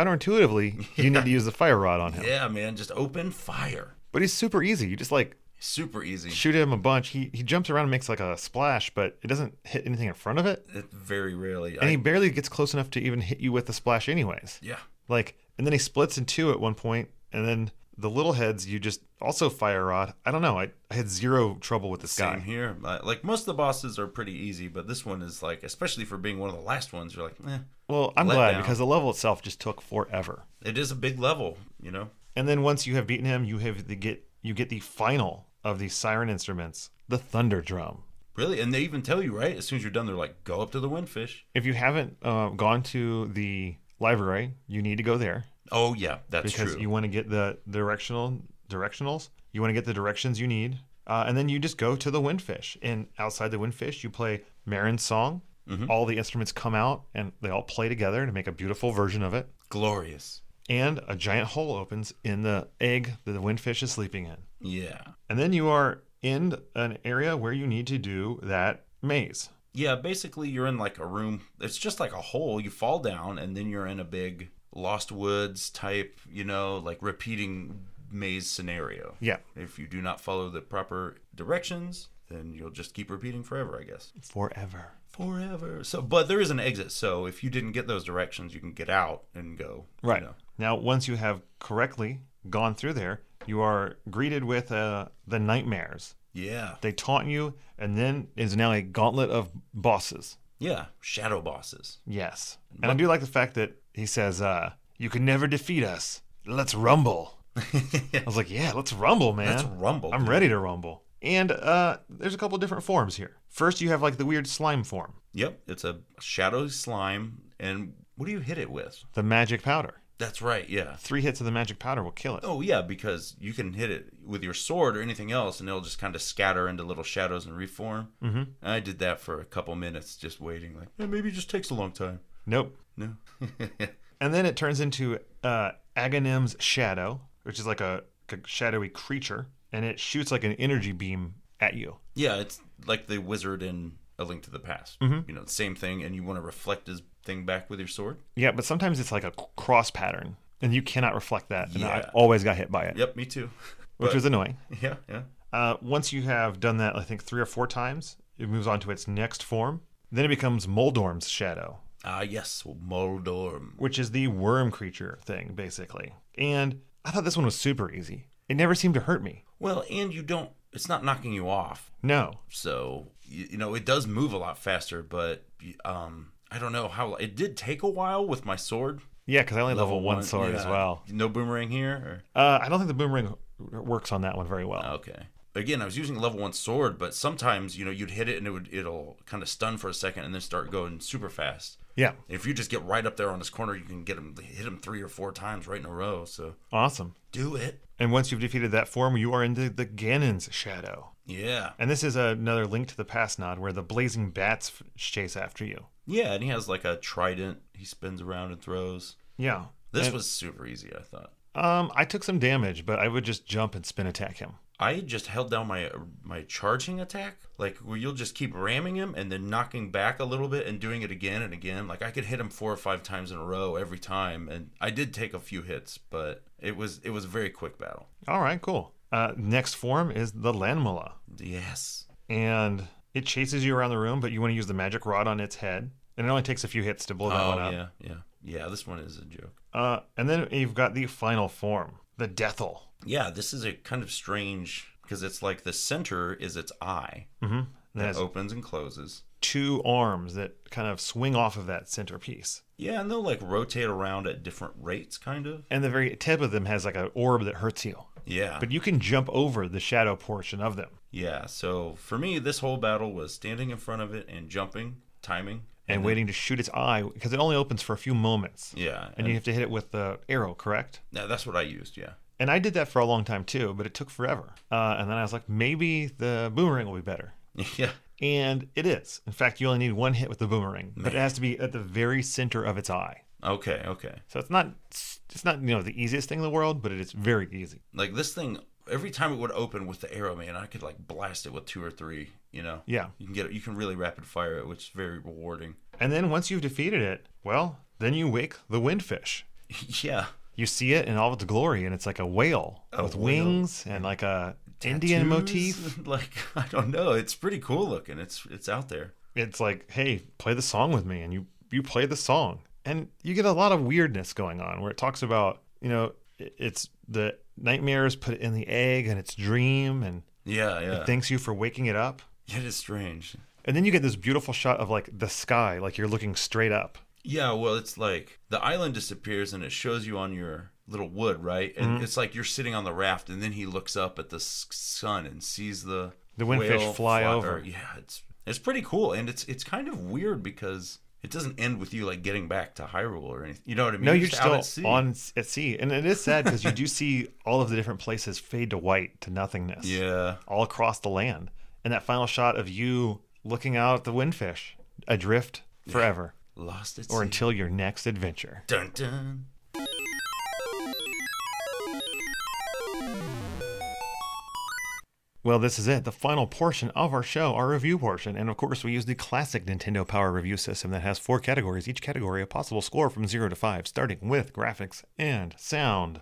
A: counterintuitively, you need to use the fire rod on him.
B: Yeah, man, just open fire.
A: But he's super easy. You just like
B: Super easy.
A: shoot him a bunch. He he jumps around and makes like a splash, but it doesn't hit anything in front of it.
B: It very rarely.
A: And
B: I,
A: he barely gets close enough to even hit you with the splash anyways.
B: yeah.
A: Like, and then he splits in two at one point, and then the little heads you just also fire rod. I don't know. I, I had zero trouble with this
B: Same
A: guy.
B: here. Uh, Like most of the bosses are pretty easy, but this one is like, especially for being one of the last ones, you're like, eh.
A: Well, I'm
B: Let
A: glad
B: down.
A: because the level itself just took forever.
B: It is a big level, you know.
A: And then once you have beaten him, you have the get you get the final of the siren instruments, the thunder drum.
B: Really, and they even tell you right as soon as you're done, they're like, go up to the windfish.
A: If you haven't uh, gone to the library, you need to go there
B: Oh yeah, that's
A: because
B: true.
A: you want to get the directional directionals. You want to get the directions you need, uh, and then you just go to the windfish. And outside the windfish, you play Marin's song. All the instruments come out, and they all play together to make a beautiful version of it.
B: Glorious.
A: And a giant hole opens in the egg that the windfish is sleeping in.
B: Yeah.
A: And then you are in an area where you need to do that maze.
B: Yeah, basically you're in like a room. It's just like a hole. You fall down and then you're in a big Lost Woods type, you know, like repeating maze scenario.
A: Yeah,
B: If you do not follow the proper directions, then you'll just keep repeating forever, I guess.
A: forever.
B: Forever. So, but there is an exit. So, if you didn't get those directions, you can get out and go. you
A: Right.
B: know.
A: Now, once you have correctly gone through there, you are greeted with uh, the nightmares.
B: Yeah.
A: They taunt you, and then is now a gauntlet of bosses.
B: Yeah. Shadow bosses.
A: Yes. And I do like the fact that he says, uh, You can never defeat us. Let's rumble. I was like, Yeah, let's rumble, man.
B: That's rumble.
A: I'm ready to rumble. And uh, there's a couple different forms here. First, you have like the weird slime form,
B: Yep. It's a shadow slime. And what do you hit it with?
A: the magic powder.
B: That's right. Yeah.
A: Three hits of the magic powder will kill it.
B: Oh yeah, because you can hit it with your sword or anything else, and it'll just kind of scatter into little shadows and reform. Mm-hmm. I did that for a couple minutes, just waiting. Like "Eh, maybe it just takes a long time.
A: Nope.
B: No.
A: And then it turns into uh, Aghanim's shadow, which is like a, a shadowy creature, and it shoots like an energy beam at you.
B: yeah, it's like the wizard in A Link to the Past. You know, same thing, and you want to reflect his thing back with your sword.
A: Yeah, but sometimes it's like a c- cross pattern, and you cannot reflect that. And I
B: Yeah.
A: always got hit by it,
B: Yep, me too.
A: which
B: But-
A: was annoying.
B: yeah, yeah.
A: Uh, once you have done that, I think three or four times, it moves on to its next form. Then it becomes Moldorm's shadow,
B: Ah yes, Moldorm.
A: which is the worm creature thing, basically. And I thought this one was super easy. It never seemed to hurt me.
B: Well, and you don't. It's not knocking you off.
A: No,
B: so you, you know it does move a lot faster but um i don't know how it did take a while with my sword
A: Yeah, because I only level, one,
B: One-
A: sword as
B: yeah.
A: well.
B: no boomerang here
A: Uh, I don't think the boomerang works on that one very well.
B: or, okay again i was using level one sword but sometimes you know you'd hit it and it would it'll kind of stun for a second and then start going super fast
A: Yeah,
B: if you just get right up there on this corner you can get him hit him three or four times right in a row so
A: awesome.
B: do it
A: And once you've defeated that form, you are into the Ganon's shadow.
B: yeah
A: And this is another link to the past nod where the blazing bats f- chase after you.
B: yeah and he has like a trident he spins around and throws
A: Yeah.
B: this was super easy i thought
A: Um, I took some damage, but I would just jump and spin attack him.
B: I just held down my my charging attack, like where you'll just keep ramming him and then knocking back a little bit and doing it again and again. Like I could hit him four or five times in a row every time, and I did take a few hits, but it was it was a very quick battle.
A: All right, cool. Uh, next form is the Landmula.
B: Yes,
A: And it chases you around the room, but you want to use the magic rod on its head. And it only takes a few hits to blow that
B: oh
A: one up.
B: yeah, yeah, yeah. This one is a joke.
A: Uh, and then you've got the final form, the Deathel.
B: Yeah, this is a kind of strange because it's like the center is its eye
A: Mm-hmm. That
B: that
A: has
B: opens and closes.
A: two arms that kind of swing off of that centerpiece.
B: Yeah, and they'll like rotate around at different rates, kind of.
A: And the very tip of them has like an orb that hurts you.
B: Yeah.
A: But you can jump over the shadow portion of them.
B: Yeah, so for me, this whole battle was standing in front of it and jumping, timing.
A: And, waiting to shoot its eye because it only opens for a few moments.
B: Mm-hmm. Yeah,
A: And you have to hit it with the arrow, correct?
B: yeah, that's what I used. Yeah,
A: And I did that for a long time too, but it took forever. Uh, and then I was like, maybe the boomerang will be better.
B: yeah,
A: And it is. In fact, you only need one hit with the boomerang, but it has to be at the very center of its eye.
B: okay, okay.
A: So it's not it's not you know the easiest thing in the world, but it is very easy.
B: Like this thing, every time it would open with the arrow, man, I could like blast it with two or three. You know,
A: Yeah.
B: you can get you can really rapid fire it, which is very rewarding.
A: And then once you've defeated it, well, then you wake the windfish.
B: yeah,
A: You see it in all of its glory, and it's like a whale with
B: whale.
A: wings and like a Indian motif.
B: Tattoos? like I don't know, it's pretty cool looking. It's it's out there.
A: It's like, hey, play the song with me, and you you play the song. and you get a lot of weirdness going on where it talks about you know i- it's the nightmares put in the egg and its dream and
B: Yeah, yeah.
A: thanks you for waking it up
B: It is strange.
A: and then you get this beautiful shot of like the sky like you're looking straight up
B: Yeah, well, it's like the island disappears and it shows you on your little wood, right? And
A: Mm-hmm.
B: it's like you're sitting on the raft, and then he looks up at the s- sun and sees the
A: The windfish
B: whale
A: fly over.
B: or- yeah, it's it's pretty cool, and it's it's kind of weird because it doesn't end with you like getting back to Hyrule or anything. You know what I mean?
A: no you're
B: just
A: still
B: out at sea.
A: on s- at sea and it is sad because you do see all of the different places fade to white to nothingness
B: Yeah,
A: all across the land and that final shot of you looking out at the windfish adrift forever
B: lost its.
A: or until your next adventure
B: dun dun.
A: Well, this is it, the final portion of our show, our review portion. And of course, we use the classic Nintendo Power review system that has four categories, each category a possible score from 0 to 5, starting with graphics and sound.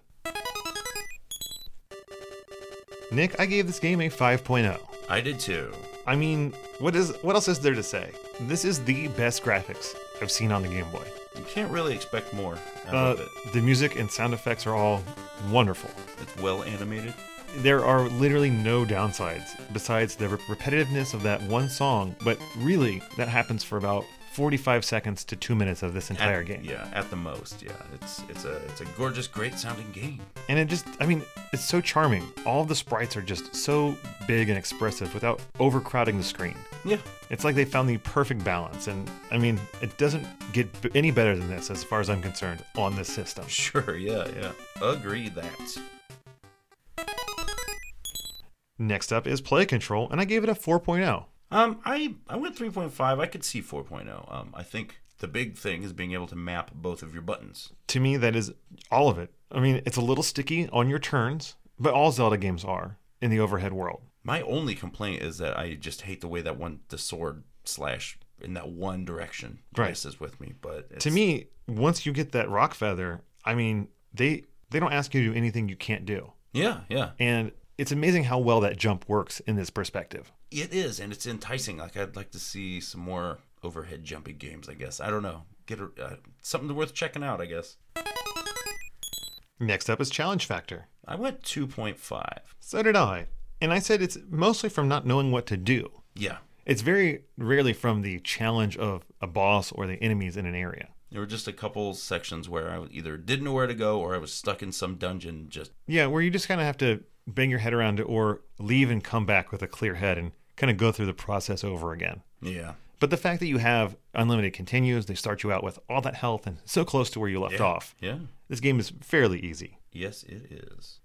A: Nick, I gave this game a 5.0.
B: I did too.
A: I mean, what is what else is there to say? This is the best graphics I've seen on the Game Boy.
B: You can't really expect more out
A: Uh,
B: of it.
A: the music and sound effects are all wonderful.
B: It's well animated.
A: there are literally no downsides besides the rep- repetitiveness of that one song, but really, that happens for about 45 seconds to two minutes of this
B: At-
A: entire game.
B: Yeah, at the most. Yeah, it's it's a it's a gorgeous, great sounding game.
A: And it just, I mean, it's so charming. All the sprites are just so big and expressive without overcrowding the screen.
B: Yeah,
A: It's like they found the perfect balance, and I mean, it doesn't get b- any better than this as far as I'm concerned on this system.
B: sure. Yeah, yeah. Agree that.
A: Next up is Play Control, and I gave it a oh. 4.0.
B: Um, I I went 3.5. I could see 4.0. Um, I think the big thing is being able to map both of your buttons.
A: to me that is all of it i mean it's a little sticky on your turns but all zelda games are in the overhead world
B: My only complaint is that I just hate the way that one the sword slash in that one direction
A: Right.
B: messes with me. But it's,
A: to me once you get that rock feather i mean they they don't ask you to do anything you can't do
B: yeah, yeah,
A: and it's amazing how well that jump works in this perspective
B: it is, and it's enticing. Like I'd like to see some more overhead jumping games. I guess I don't know. Get a, uh, something worth checking out. I guess
A: next up is challenge factor
B: I went 2.5.
A: so did i and i said it's mostly from not knowing what to do
B: Yeah,
A: it's very rarely from the challenge of a boss or the enemies in an area
B: There were just a couple sections where I either didn't know where to go or I was stuck in some dungeon. Just
A: Yeah, where you just kind of have to bang your head around it or leave and come back with a clear head and kind of go through the process over again.
B: yeah,
A: But the fact that you have unlimited continues, they start you out with all that health and so close to where you left off.
B: yeah,
A: This game is fairly easy.
B: yes, it is.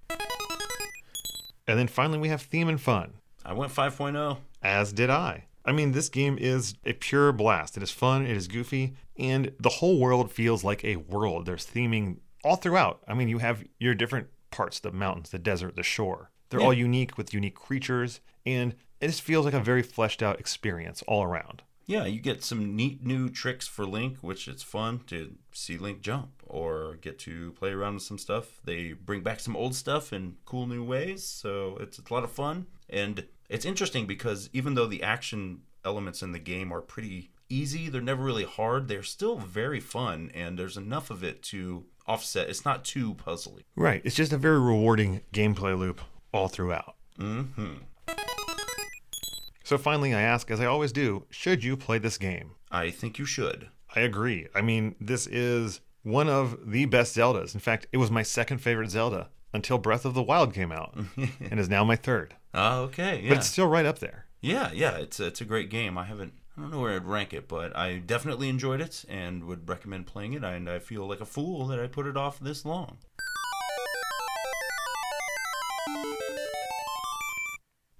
A: And then finally, we have theme and fun,
B: I went oh. 5.0.
A: as did I. I mean, this game is a pure blast. It is fun, it is goofy, and the whole world feels like a world. There's theming all throughout. I mean, you have your different parts the mountains, the desert, the shore. They're all unique with unique creatures, and it just feels like a very fleshed out experience all around.
B: Yeah, you get some neat new tricks for Link, which it's fun to see Link jump or get to play around with some stuff. They bring back some old stuff in cool new ways, so it's a lot of fun. And it's interesting because even though the action elements in the game are pretty easy, they're never really hard, they're still very fun, and there's enough of it to offset. It's not too puzzly.
A: Right. It's just a very rewarding gameplay loop all throughout.
B: hmm
A: So finally, I ask, as I always do, should you play this game?
B: I think you should.
A: I agree. I mean, this is one of the best Zeldas. In fact, it was my second favorite Zelda until Breath of the Wild came out and is now my third.
B: Oh, okay. Yeah.
A: But it's still right up there.
B: Yeah, yeah, it's a, it's a great game. I haven't I don't know where I'd rank it, but I definitely enjoyed it and would recommend playing it. And I feel like a fool that I put it off this long.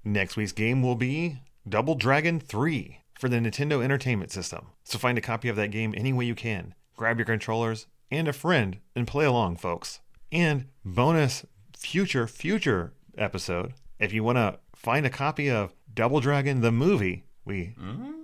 A: Next week's game will be Double Dragon 3 for the Nintendo Entertainment System. So find a copy of that game any way you can. Grab your controllers and a friend and play along, folks. And bonus future, future episode if you want to find a copy of Double Dragon the movie, we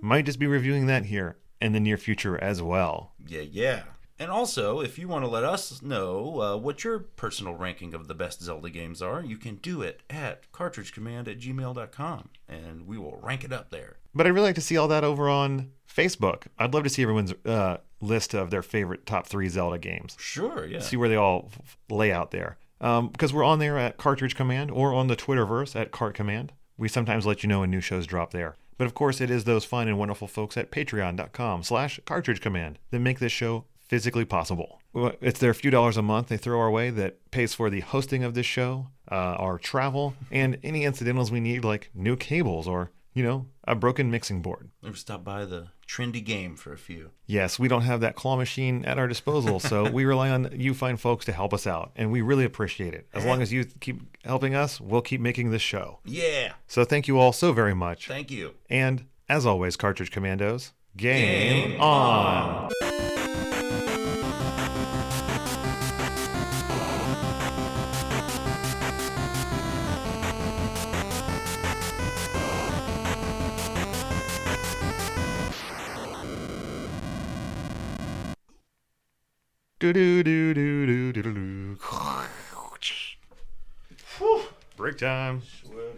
A: might just be reviewing that here in the near future as well.
B: Yeah, yeah. And also, if you want to let us know uh, what your personal ranking of the best Zelda games are, you can do it at cartridgecommand at gmail.com and we will rank it up there.
A: But I'd really like to see all that over on Facebook. I'd love to see everyone's uh, list of their favorite top three Zelda games.
B: Sure, yeah.
A: See where they all f- lay out there. Um, because we're on there at Cartridge Command or on the Twitterverse at Cart Command. We sometimes let you know when new shows drop there. But of course, it is those fine and wonderful folks at patreon.com slash cartridge command that make this show physically possible. Well, It's their few dollars a month they throw our way that pays for the hosting of this show, uh, our travel, and any incidentals we need, like new cables or, you know, a broken mixing board.
B: Never stop by the trendy game for a few.
A: Yes, we don't have that claw machine at our disposal, so we rely on you fine folks to help us out, and we really appreciate it. As long as you keep helping us, we'll keep making this show.
B: Yeah,
A: So thank you all so very much.
B: thank you.
A: And as always, Cartridge Commandos, game, on. Do do do do do do do. Break time.
B: Well,